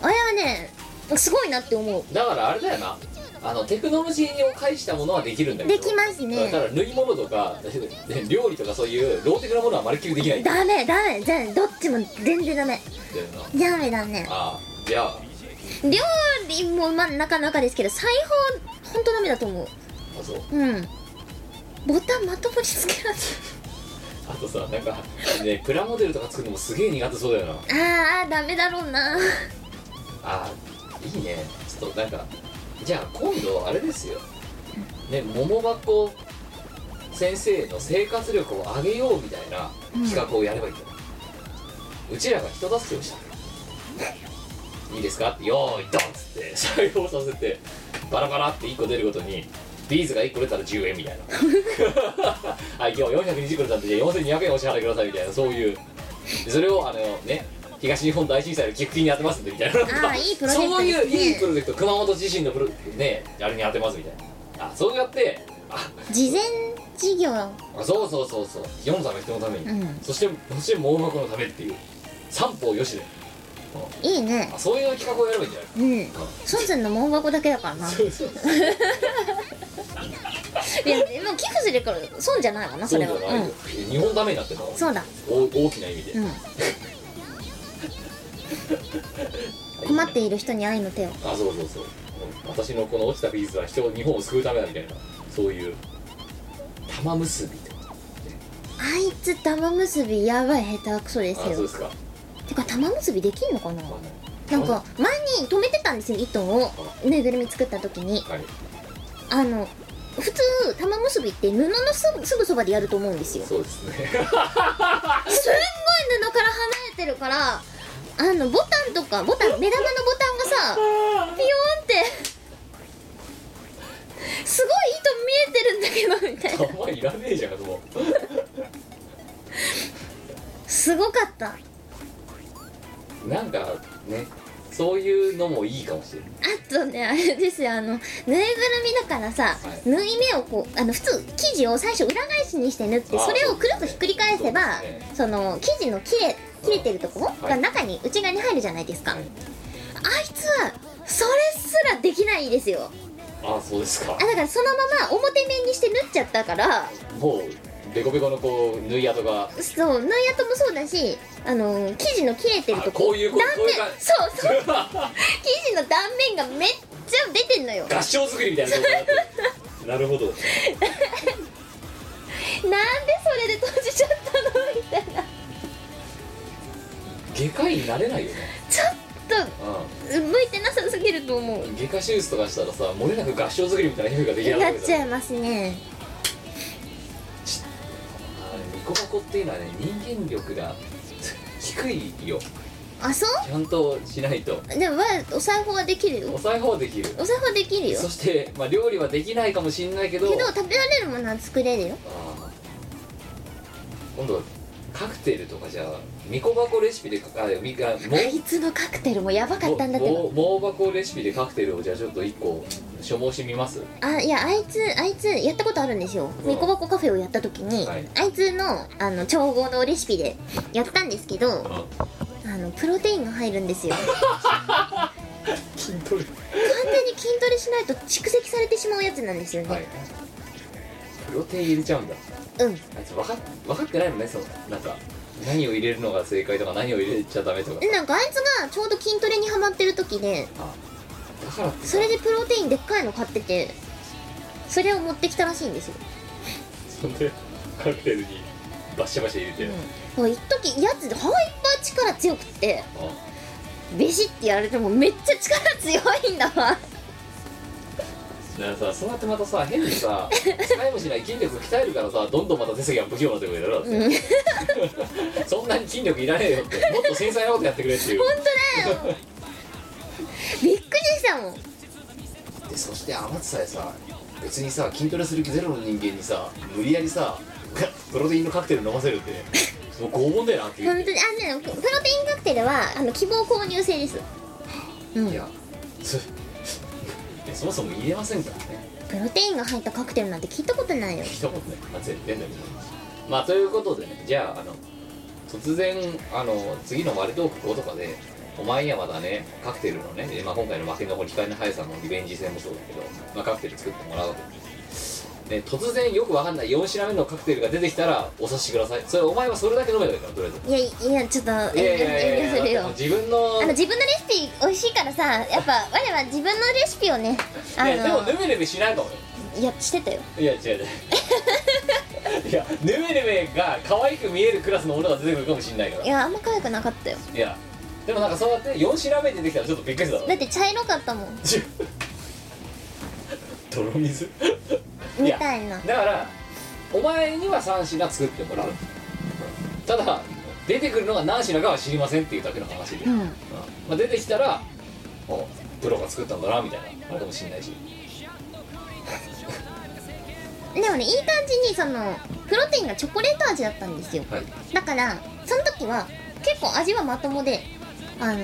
A: あれはねすごいなって思う
D: だからあれだよなあのテクノロジーを介したものはできるんだけど
A: できますね
D: ただ縫い物とか料理とかそういうローテクなものはまるっきりできないんだよ
A: ダメダメ全どっちも全然ダメ
D: な
A: ダメだね
D: ああいや
A: 料理もまあなかなかですけど裁縫ほんとダメだと思う
D: あそう
A: うんボタンまともにつけ
D: *laughs*
A: られ
D: あとさなんかねプラモデルとか作るのもすげえ苦手そうだよな
A: ないあーあーダメだろう
D: *laughs*
A: な
D: ああいいねちょっとなんかじゃあ今度あれですよね桃箱先生の生活力を上げようみたいな企画をやればいいんだよ、うちらが人助けをしたいいですかって「よーいドン!」っつって採用させてバラバラって1個出るごとにビーズが1個出たら10円みたいな *laughs* はい今日420個出たんでじゃあ4200円お支払いくださいみたいなそういうでそれをあのね東日本大震災の寄付金に当てますんでみたいななんか
A: あーいいプロジェクト
D: そう
A: ですね
D: いういいプロジェクト熊本地震のプロねあれに当てますみたいなあそうやってあ
A: 事前事業
D: あそうそうそうそう世のため人のために、
A: うん
D: そしてそして盲目のためっていう三方よしで
A: いいね
D: あそういう企画をやればいいんじゃない
A: うん孫さんの盲箱だけだからな *laughs* い
D: そうそう
A: やでも寄付するから損じゃないわなそ
D: そう
A: れ
D: じゃ
A: は
D: な
A: う
D: いよ、
A: ん
D: 日本ダメになってるの
A: そうだ
D: お大きな意味で、
A: うん困っている人に愛の手を
D: あそうそうそう私のこの落ちたビーズは人を日本を救うためだみたいなそういう玉結びとか
A: あいつ玉結びやばい下手くそです
D: あそうで
A: よ
D: すか
A: てか玉結びできんのかななんか前に止めてたんですよ糸をぬいぐるみ作った時に
D: はい
A: あの普通玉結びって布のすぐすぐそばでやると思うんですよすん
D: そうですね
A: ごい布から離れてるからあのボタンとかボタン目玉のボタン
D: *laughs*
A: がさピヨーンってすごい糸見えてるんだけどみ
D: *laughs*
A: たいな
D: あんまいらねえじゃんもう
A: すごかったあ
D: なんかねそういうのもいいかもしれない
A: とねあれですよあのぬいぐるみだからさ、
D: い
A: 縫い目をこうあの普通生地を最初裏返しにして縫って
D: あー
A: それをくるっとひっくり返せば
D: そうですね
A: その生地の切れ切れてるところ
D: は
A: が
D: い
A: 中に内側に入るじゃないですか、
D: はい
A: あいつはそれすらできないですよ
D: ああそうですか
A: あだからそのまま表面にして縫っちゃったから
D: もうベコベコのこう縫い跡が
A: そう縫い跡もそうだしあの生地の切れてると
D: あこ
A: こ
D: ういうこ
A: 断
D: こうい
A: 面
D: う感じ
A: そうそう *laughs* 生地の断面がめっちゃ出てんのよ
D: *laughs* 合掌作りみたいなことになって
A: *laughs*
D: るなるほど
A: なんでそれで閉じちゃったのみたいな
D: 外科医になれないよね
A: ちょっ
D: う
A: と向いてなさすぎると思うん
D: 外科手術とかしたらさ漏れなく合掌作りみたいな皮膚ができな
A: な
D: く
A: っ
D: なる
A: ちゃいますね
D: あーニコバコっていうのはね人間力が低いよ
A: あそ
D: ちゃんとしないと
A: うでもわお裁縫はできる
D: お
A: よ
D: 裁縫はできる
A: お裁縫できるよ
D: そして、まあ、料理はできないかもしれないけど
A: けど食べられるものは作れるよ
D: あー今度カクテルとかじゃあニコバコレシピでかあみあ
A: あいつのカクテルもやばかったんだけど
D: もももう箱レシピでカクテルをじゃあちょっと一個所望してみます
A: あいやあいつあいつやったことあるんですよ
D: うん
A: ニコバコカフェをやった時に、
D: はい
A: あいつのあの調合のレシピでやったんですけどあのプロテインが入るん
D: *laughs*
A: ですよ
D: 筋トレ
A: 完全に筋トレしないと蓄積されてしまうやつなんですよね、
D: はいプロテイン入れちゃうんだ
A: うん
D: あいつ分かっ分かってないのねそのなんか何を入れるのが正解とか何を入れちゃダメとか
A: でなんかあいつがちょうど筋トレにハマってる時で
D: あだからって
A: それでプロテインでっかいの買っててそれを持ってきたらしいんですよ、
D: そんでカクテルにバシバシ入れて、
A: うん、だから一時やつでハイパー力強くって
D: あ
A: ビシッてやられてもめっちゃ力強いんだわ
D: だからさそうやってまたさ変にさ使いもしない筋力を鍛えるからさどんどんまた手先が不器用なってくれるだろだって、 *laughs* そんなに筋力いらねえよってもっと繊細なことやってくれっていう
A: 本当だよびっくりしたもん
D: でそしてあなたさえさ別にさ筋トレする気ゼロの人間にさ無理やりさ *laughs* プロテインのカクテル飲ませるってもう拷問だよなっていう
A: 本当にあねプロテインカクテルはあの希望購入制ですうん
D: いやそ *laughs* そもそも入れませんからね
A: プロテインが入ったカクテルなんて聞いたことないよ
D: 一言ねまあ全然だけどまあということでねじゃああの突然あの次の割とトーク5とかでお前にはまだねカクテルのね、でまあ、今回の負け残り控えの速さのリベンジ戦もそうだけど、まあ、カクテル作ってもらうわけで突然よくわかんない4品目のカクテルが出てきたらお察しくださいそれお前はそれだけ飲めばいいからとりあえず
A: いやいやちょっと遠慮
D: いやいやいや
A: 遠
D: いや
A: 慮する
D: だ
A: よ
D: ってもう自分の
A: あの自分のレシピ美味しいからさやっぱ我は自分のレシピをねあの
D: いやでもぬめぬめしないかもよ
A: いやしてたよ
D: いや違
A: *laughs*
D: う違ういやぬめぬめが可愛く見えるクラスのものが出てくるかもしれないから
A: いやあんま可愛くなかったよ
D: いやでもなんかそうやって4品目出てきたらちょっとびっくりした
A: だって茶色かったもん
D: *laughs* 泥水
A: *laughs* みたいな
D: だからお前には3品作ってもらうただ出てくるのが何品かは知りませんっていうだけの話で、
A: う
D: う
A: ん
D: んまあ、出てきたらおプロが作ったんだなみたいなあれかもしれないし
A: でもねいい感じにそのプロテインがチョコレート味だったんですよ
D: はい
A: だからその時は結構味はまともであのな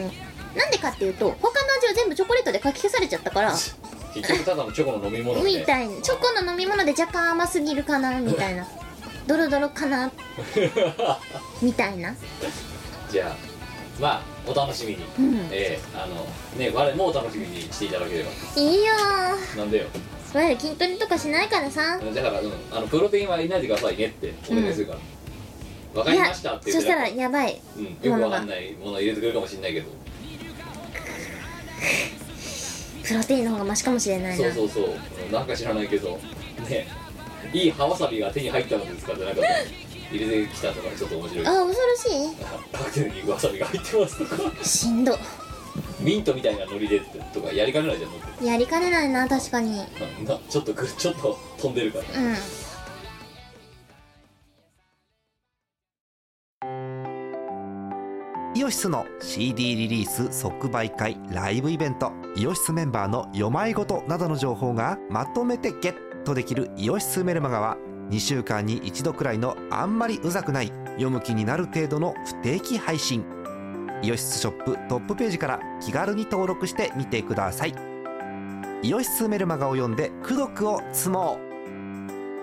A: んでかっていうと他の味は全部チョコレートでかき消されちゃったから
D: 結局ただのチョコの飲み物
A: みたいなチョ
D: コ
A: コの飲み物で若干甘すぎるかなみたいなドロドロかなみたいな
D: *laughs* じゃあまあお楽しみに、
A: うん
D: ええあのね我もお楽しみにしていただければ
A: いいよ
D: なんだよ
A: ー我ら筋トレとかしないからさ
D: だから、うん、あのプロテインは入れないでくださいねってお願いするから、わか
A: い
D: り
A: や
D: ましたって
A: そ
D: 言っ
A: してた
D: なん
A: ら
D: か
A: やばい
D: うん、よくわかんないもの入れてくるかもしれないけど
A: プロテインの方がマシかもしれない
D: そ
A: な
D: うそうそううんなんか知らないけどねいい葉わさびが手に入ったのですかってなんか入れてきたとかちょっと面白い
A: あー恐ろしい
D: なんかカクテルにわさびが入ってますとか
A: しんど
D: ミントみたいなノリでとかやりかねないじゃん僕
A: やりかねないな確かに
D: うんなちょっとぐちょっと飛んでるから
A: うん
E: イオシスの CD リリース即売会ライブイベントイオシスメンバーの読まいごとなどの情報がまとめてゲットできる「イオシスメルマガ」は2週間に1度くらいのあんまりうざくない読む気になる程度の不定期配信イオシスショップトップページから気軽に登録してみてくださいイオシスメルマガを読んで「功徳を積もう」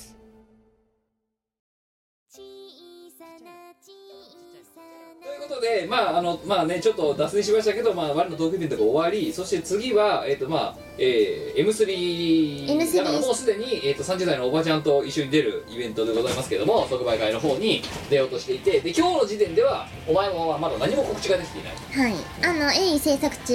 D: ということで、まああのまあね、ちょっと脱線しましたけど、まあ、我のトークイベントが終わり、そして次は、えっとまあえー M3,
A: M3
D: だからもうすでに、えっと30代のおばちゃんと一緒に出るイベントでございますけども、即売会の方に出ようとしていて、で今日の時点では、お前もまだ何も告知ができていない。
A: はいあの鋭意制作中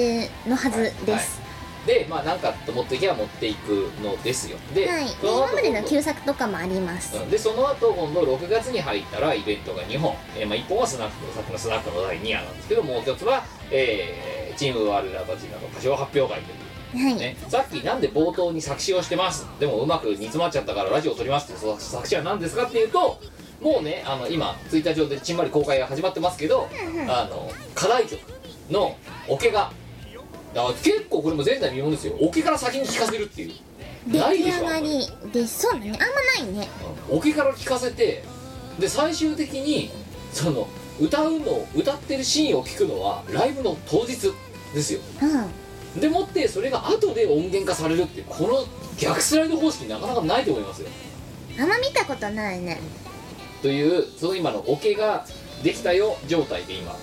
A: のはずです
D: で、まあ、なんか持っていけば持っていくのですよ。で、
A: はい、で
D: その
A: 今
D: 後
A: までの旧作とかもあります
D: うんでその後今度6月に入ったらイベントが2本、えーまあ、1本はスナックさっきのスナックの第2夜なんですけどもう一つは、えーチーム我らたちの歌唱発表会という
A: はい、
D: ねさっきなんで冒頭に作詞をしてますでもうまく煮詰まっちゃったからラジオを撮りますってその作詞は何ですかっていうともうねあの今ツイッター上でちんまり公開が始まってますけど、あの課題曲のオケがだから結構これも前代未聞ですよオケから先に聴かせるっていう
A: 出
D: ない
A: 来
D: でしょ
A: 上がりですそうだねあんまないね
D: 桶から聞かせてで最終的にその歌うの歌ってるシーンを聞くのはライブの当日ですよ
A: う
D: でもってそれが後で音源化されるってこの逆スライド方式なかなかないと思いますよ
A: んあんま見たことないね
D: というその今の桶ができたよ状態で今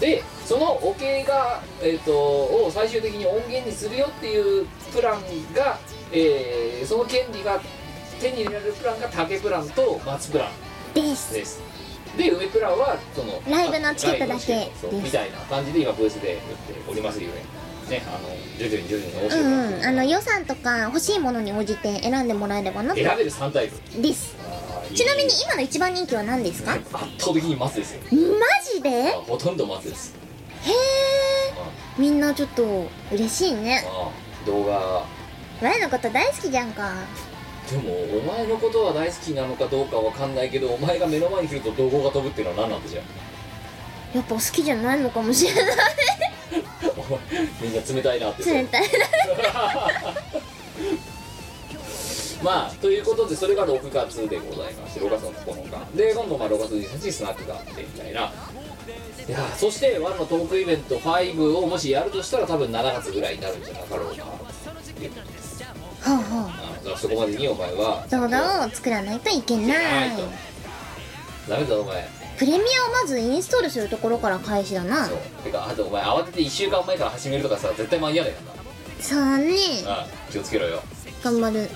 D: でその桶が、えー、とを最終的に音源にするよっていうプランが、えーその権利が手に入れられるプランが竹プランと松プラン
A: です
D: ですで梅プランはその
A: ライブのチケットだけ
D: ライブのチケットそう
A: です
D: みたいな感じで今ブースで売っておりますよねねあの徐々に徐々に面
A: う
D: 白くなっ
A: んう
D: てき
A: ん
D: て
A: あの予算とか欲しいものに応じて選んでもらえればなと
D: 選べる3タイプ
A: です
D: あーいい
A: ちなみに今の一番人気は何ですか
D: 圧倒的に松ですよ
A: マジで
D: あ
A: へ
D: ほとんど松です
A: えみんなちょっと嬉しい
D: あ
A: ね
D: あ動画
A: 我のこと大好きじゃんか
D: でもお前のことは大好きなのかどうかわかんないけどお前が目の前に来ると怒号が飛ぶっていうのは何なんだじゃん
A: やっぱ好きじゃないのかもしれない
D: *laughs* お前みんな冷たいなって
A: 冷たい
D: まあということでそれが6月でございまして6月の9日で今度まあ6月1日スナックがあってみたいないやーそしてワンのトークイベント5をもしやるとしたら多分7月ぐらいになるんじゃなかろうかっていうことです
A: ほうほう
D: あのだからそこまでにお前は
A: 動画を作らないといけな
D: ない
A: い
D: とダメだお前
A: プレミアをまずインストールするところから開始だな
D: そうてかあとお前慌てて1週間前から始めるとかさ絶対間に合わないか
A: そうね
D: らなああ気をつけろよ
A: 頑張る
D: うん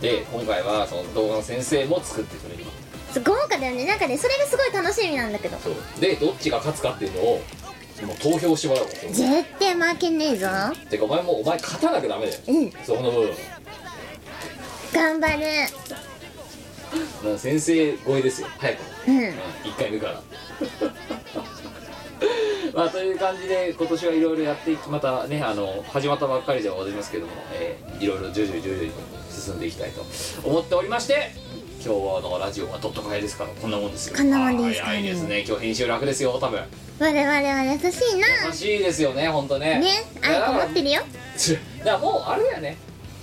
D: で今回はその動画の先生も作ってくれる
A: す豪華だよねなんかねそれがすごい楽しみなんだけど
D: そうでどっちが勝つかっていうのをもう投票してもらおう
A: 絶対負けねえぞ
D: てかお前もうお前勝たなきゃダメだよ
A: うん
D: そこの部分
A: 頑張る
D: なんか先生超えですよ早く
A: うん
D: 1回目から *laughs* まあという感じで今年はいろいろやっていきまたねあの始まったばっかりではございますけども、えーいろいろ徐々に徐々に進んでいきたいと思っておりまして今日のラジオはドット会ですからこんなもんですよ
A: こんなもんです
D: あ
A: か
D: ー
A: ね
D: 早いですね今日編集楽ですよ多分
A: 我々は優しい
D: 楽
A: な
D: しいですよね本当ね
A: ね愛子持ってるよ
D: *laughs* だからもうあれだよね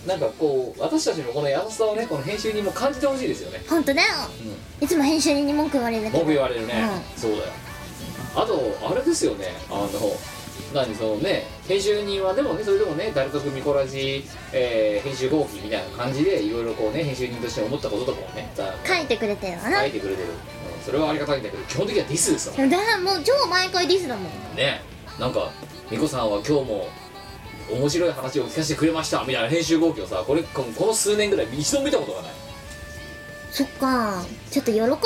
D: なんかこう私たちのこの優しさをねこの編集にも感じてほしいですよね
A: 本当だよ
D: う
A: いつも編集人に文句言われるけ
D: 僕
A: ど
D: 言われるね、そうだよあとあれですよねあの何そのね編集人はでもねそれでもね誰と組みこらじ、えー編集合期みたいな感じでいろいろこうね編集人として思ったこととかもねざ
A: 書いてくれてるわな
D: 書いてくれてる、うんそれはありがたいんだけど基本的にはディスですか
A: だからもう超毎回ディスだもん
D: らねなんかニコさんは今日も面白い話を聞かせてくれましたみたいな編集合期をさこれこのこの数年ぐらい一度も見たことがない
A: そっかちょっと喜ばれる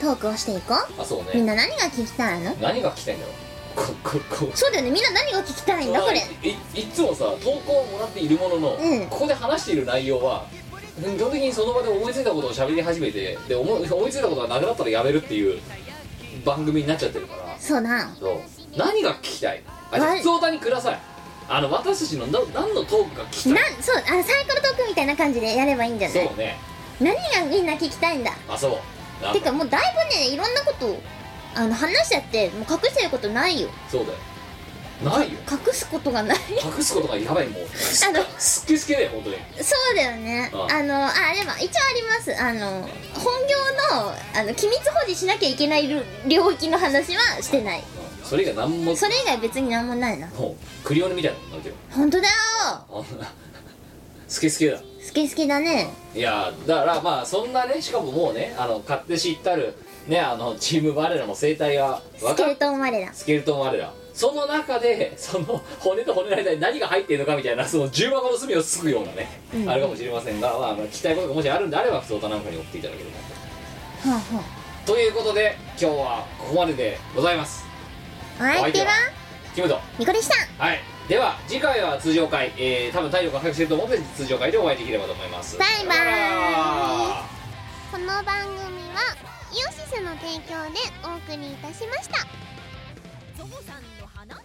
A: トークをしていこう
D: あそう
A: みん
D: ね
A: な何が聞きたいの
D: 何が聞きたいんだろうこここ
A: そうだよねみんな何が聞きたいんだこれ
D: いいっつもさ投稿をもらっているものの、
A: うん
D: ここで話している内容はうん基本的にその場で思いついたことを喋り始めてで思い思いついたことがなくなったらやめるっていう番組になっちゃってるから
A: そうだ
D: そう何が聞きたいあじゃあ
A: はい
D: 普通歌にくださいあの私たちのな何のトークが聞きた
A: ないそうあのサイコロトークみたいな感じでやればいいんじゃな
D: そう
A: い
D: ね
A: 何がみんな聞きたいんだ
D: あそうなん
A: てかもうだいぶねいろんなことあの話しちゃってもう隠してることないよ
D: そうだよないよ
A: 隠すことがない *laughs*
D: 隠すことがやばいもうす
A: あの
D: すっけすけだよ本当に
A: そうだよね
D: ああ
A: あのあでも一応ありますあの本業のあの機密保持しなきゃいけない領領域の話はしてない
D: うんそれが何も
A: それ以外別になんもないな
D: もうクリオネみたいなことになってる
A: 本当だよ
D: あんなスケスケだ
A: 好き好きだね
D: いやだからまあそんなねしかももうねあの勝手知ったるねあのチーム我らの生態が
A: ス
D: 分
A: ケ
D: か
A: ル
D: っ
A: トン我ら
D: スケルトン我らその中でその骨と骨の間に何が入っているのかみたいなその重箱の隅をつくようなね、
A: うん
D: あるかもしれませんが、まあ、まあ聞きたいことがもしあるんであれば普通歌なんかに送っていただければ
A: はあは
D: ということで今日はここまででございます
A: あお相手は
D: キムト
A: ニコでした
D: はいでは次回は通常回、えー、多分体力が回復してると思うので通常回でお会いできればと思います
A: バイバーイ
D: さよなら
F: この番組はイオシスの提供でお送りいたしました
G: ゾボさんの花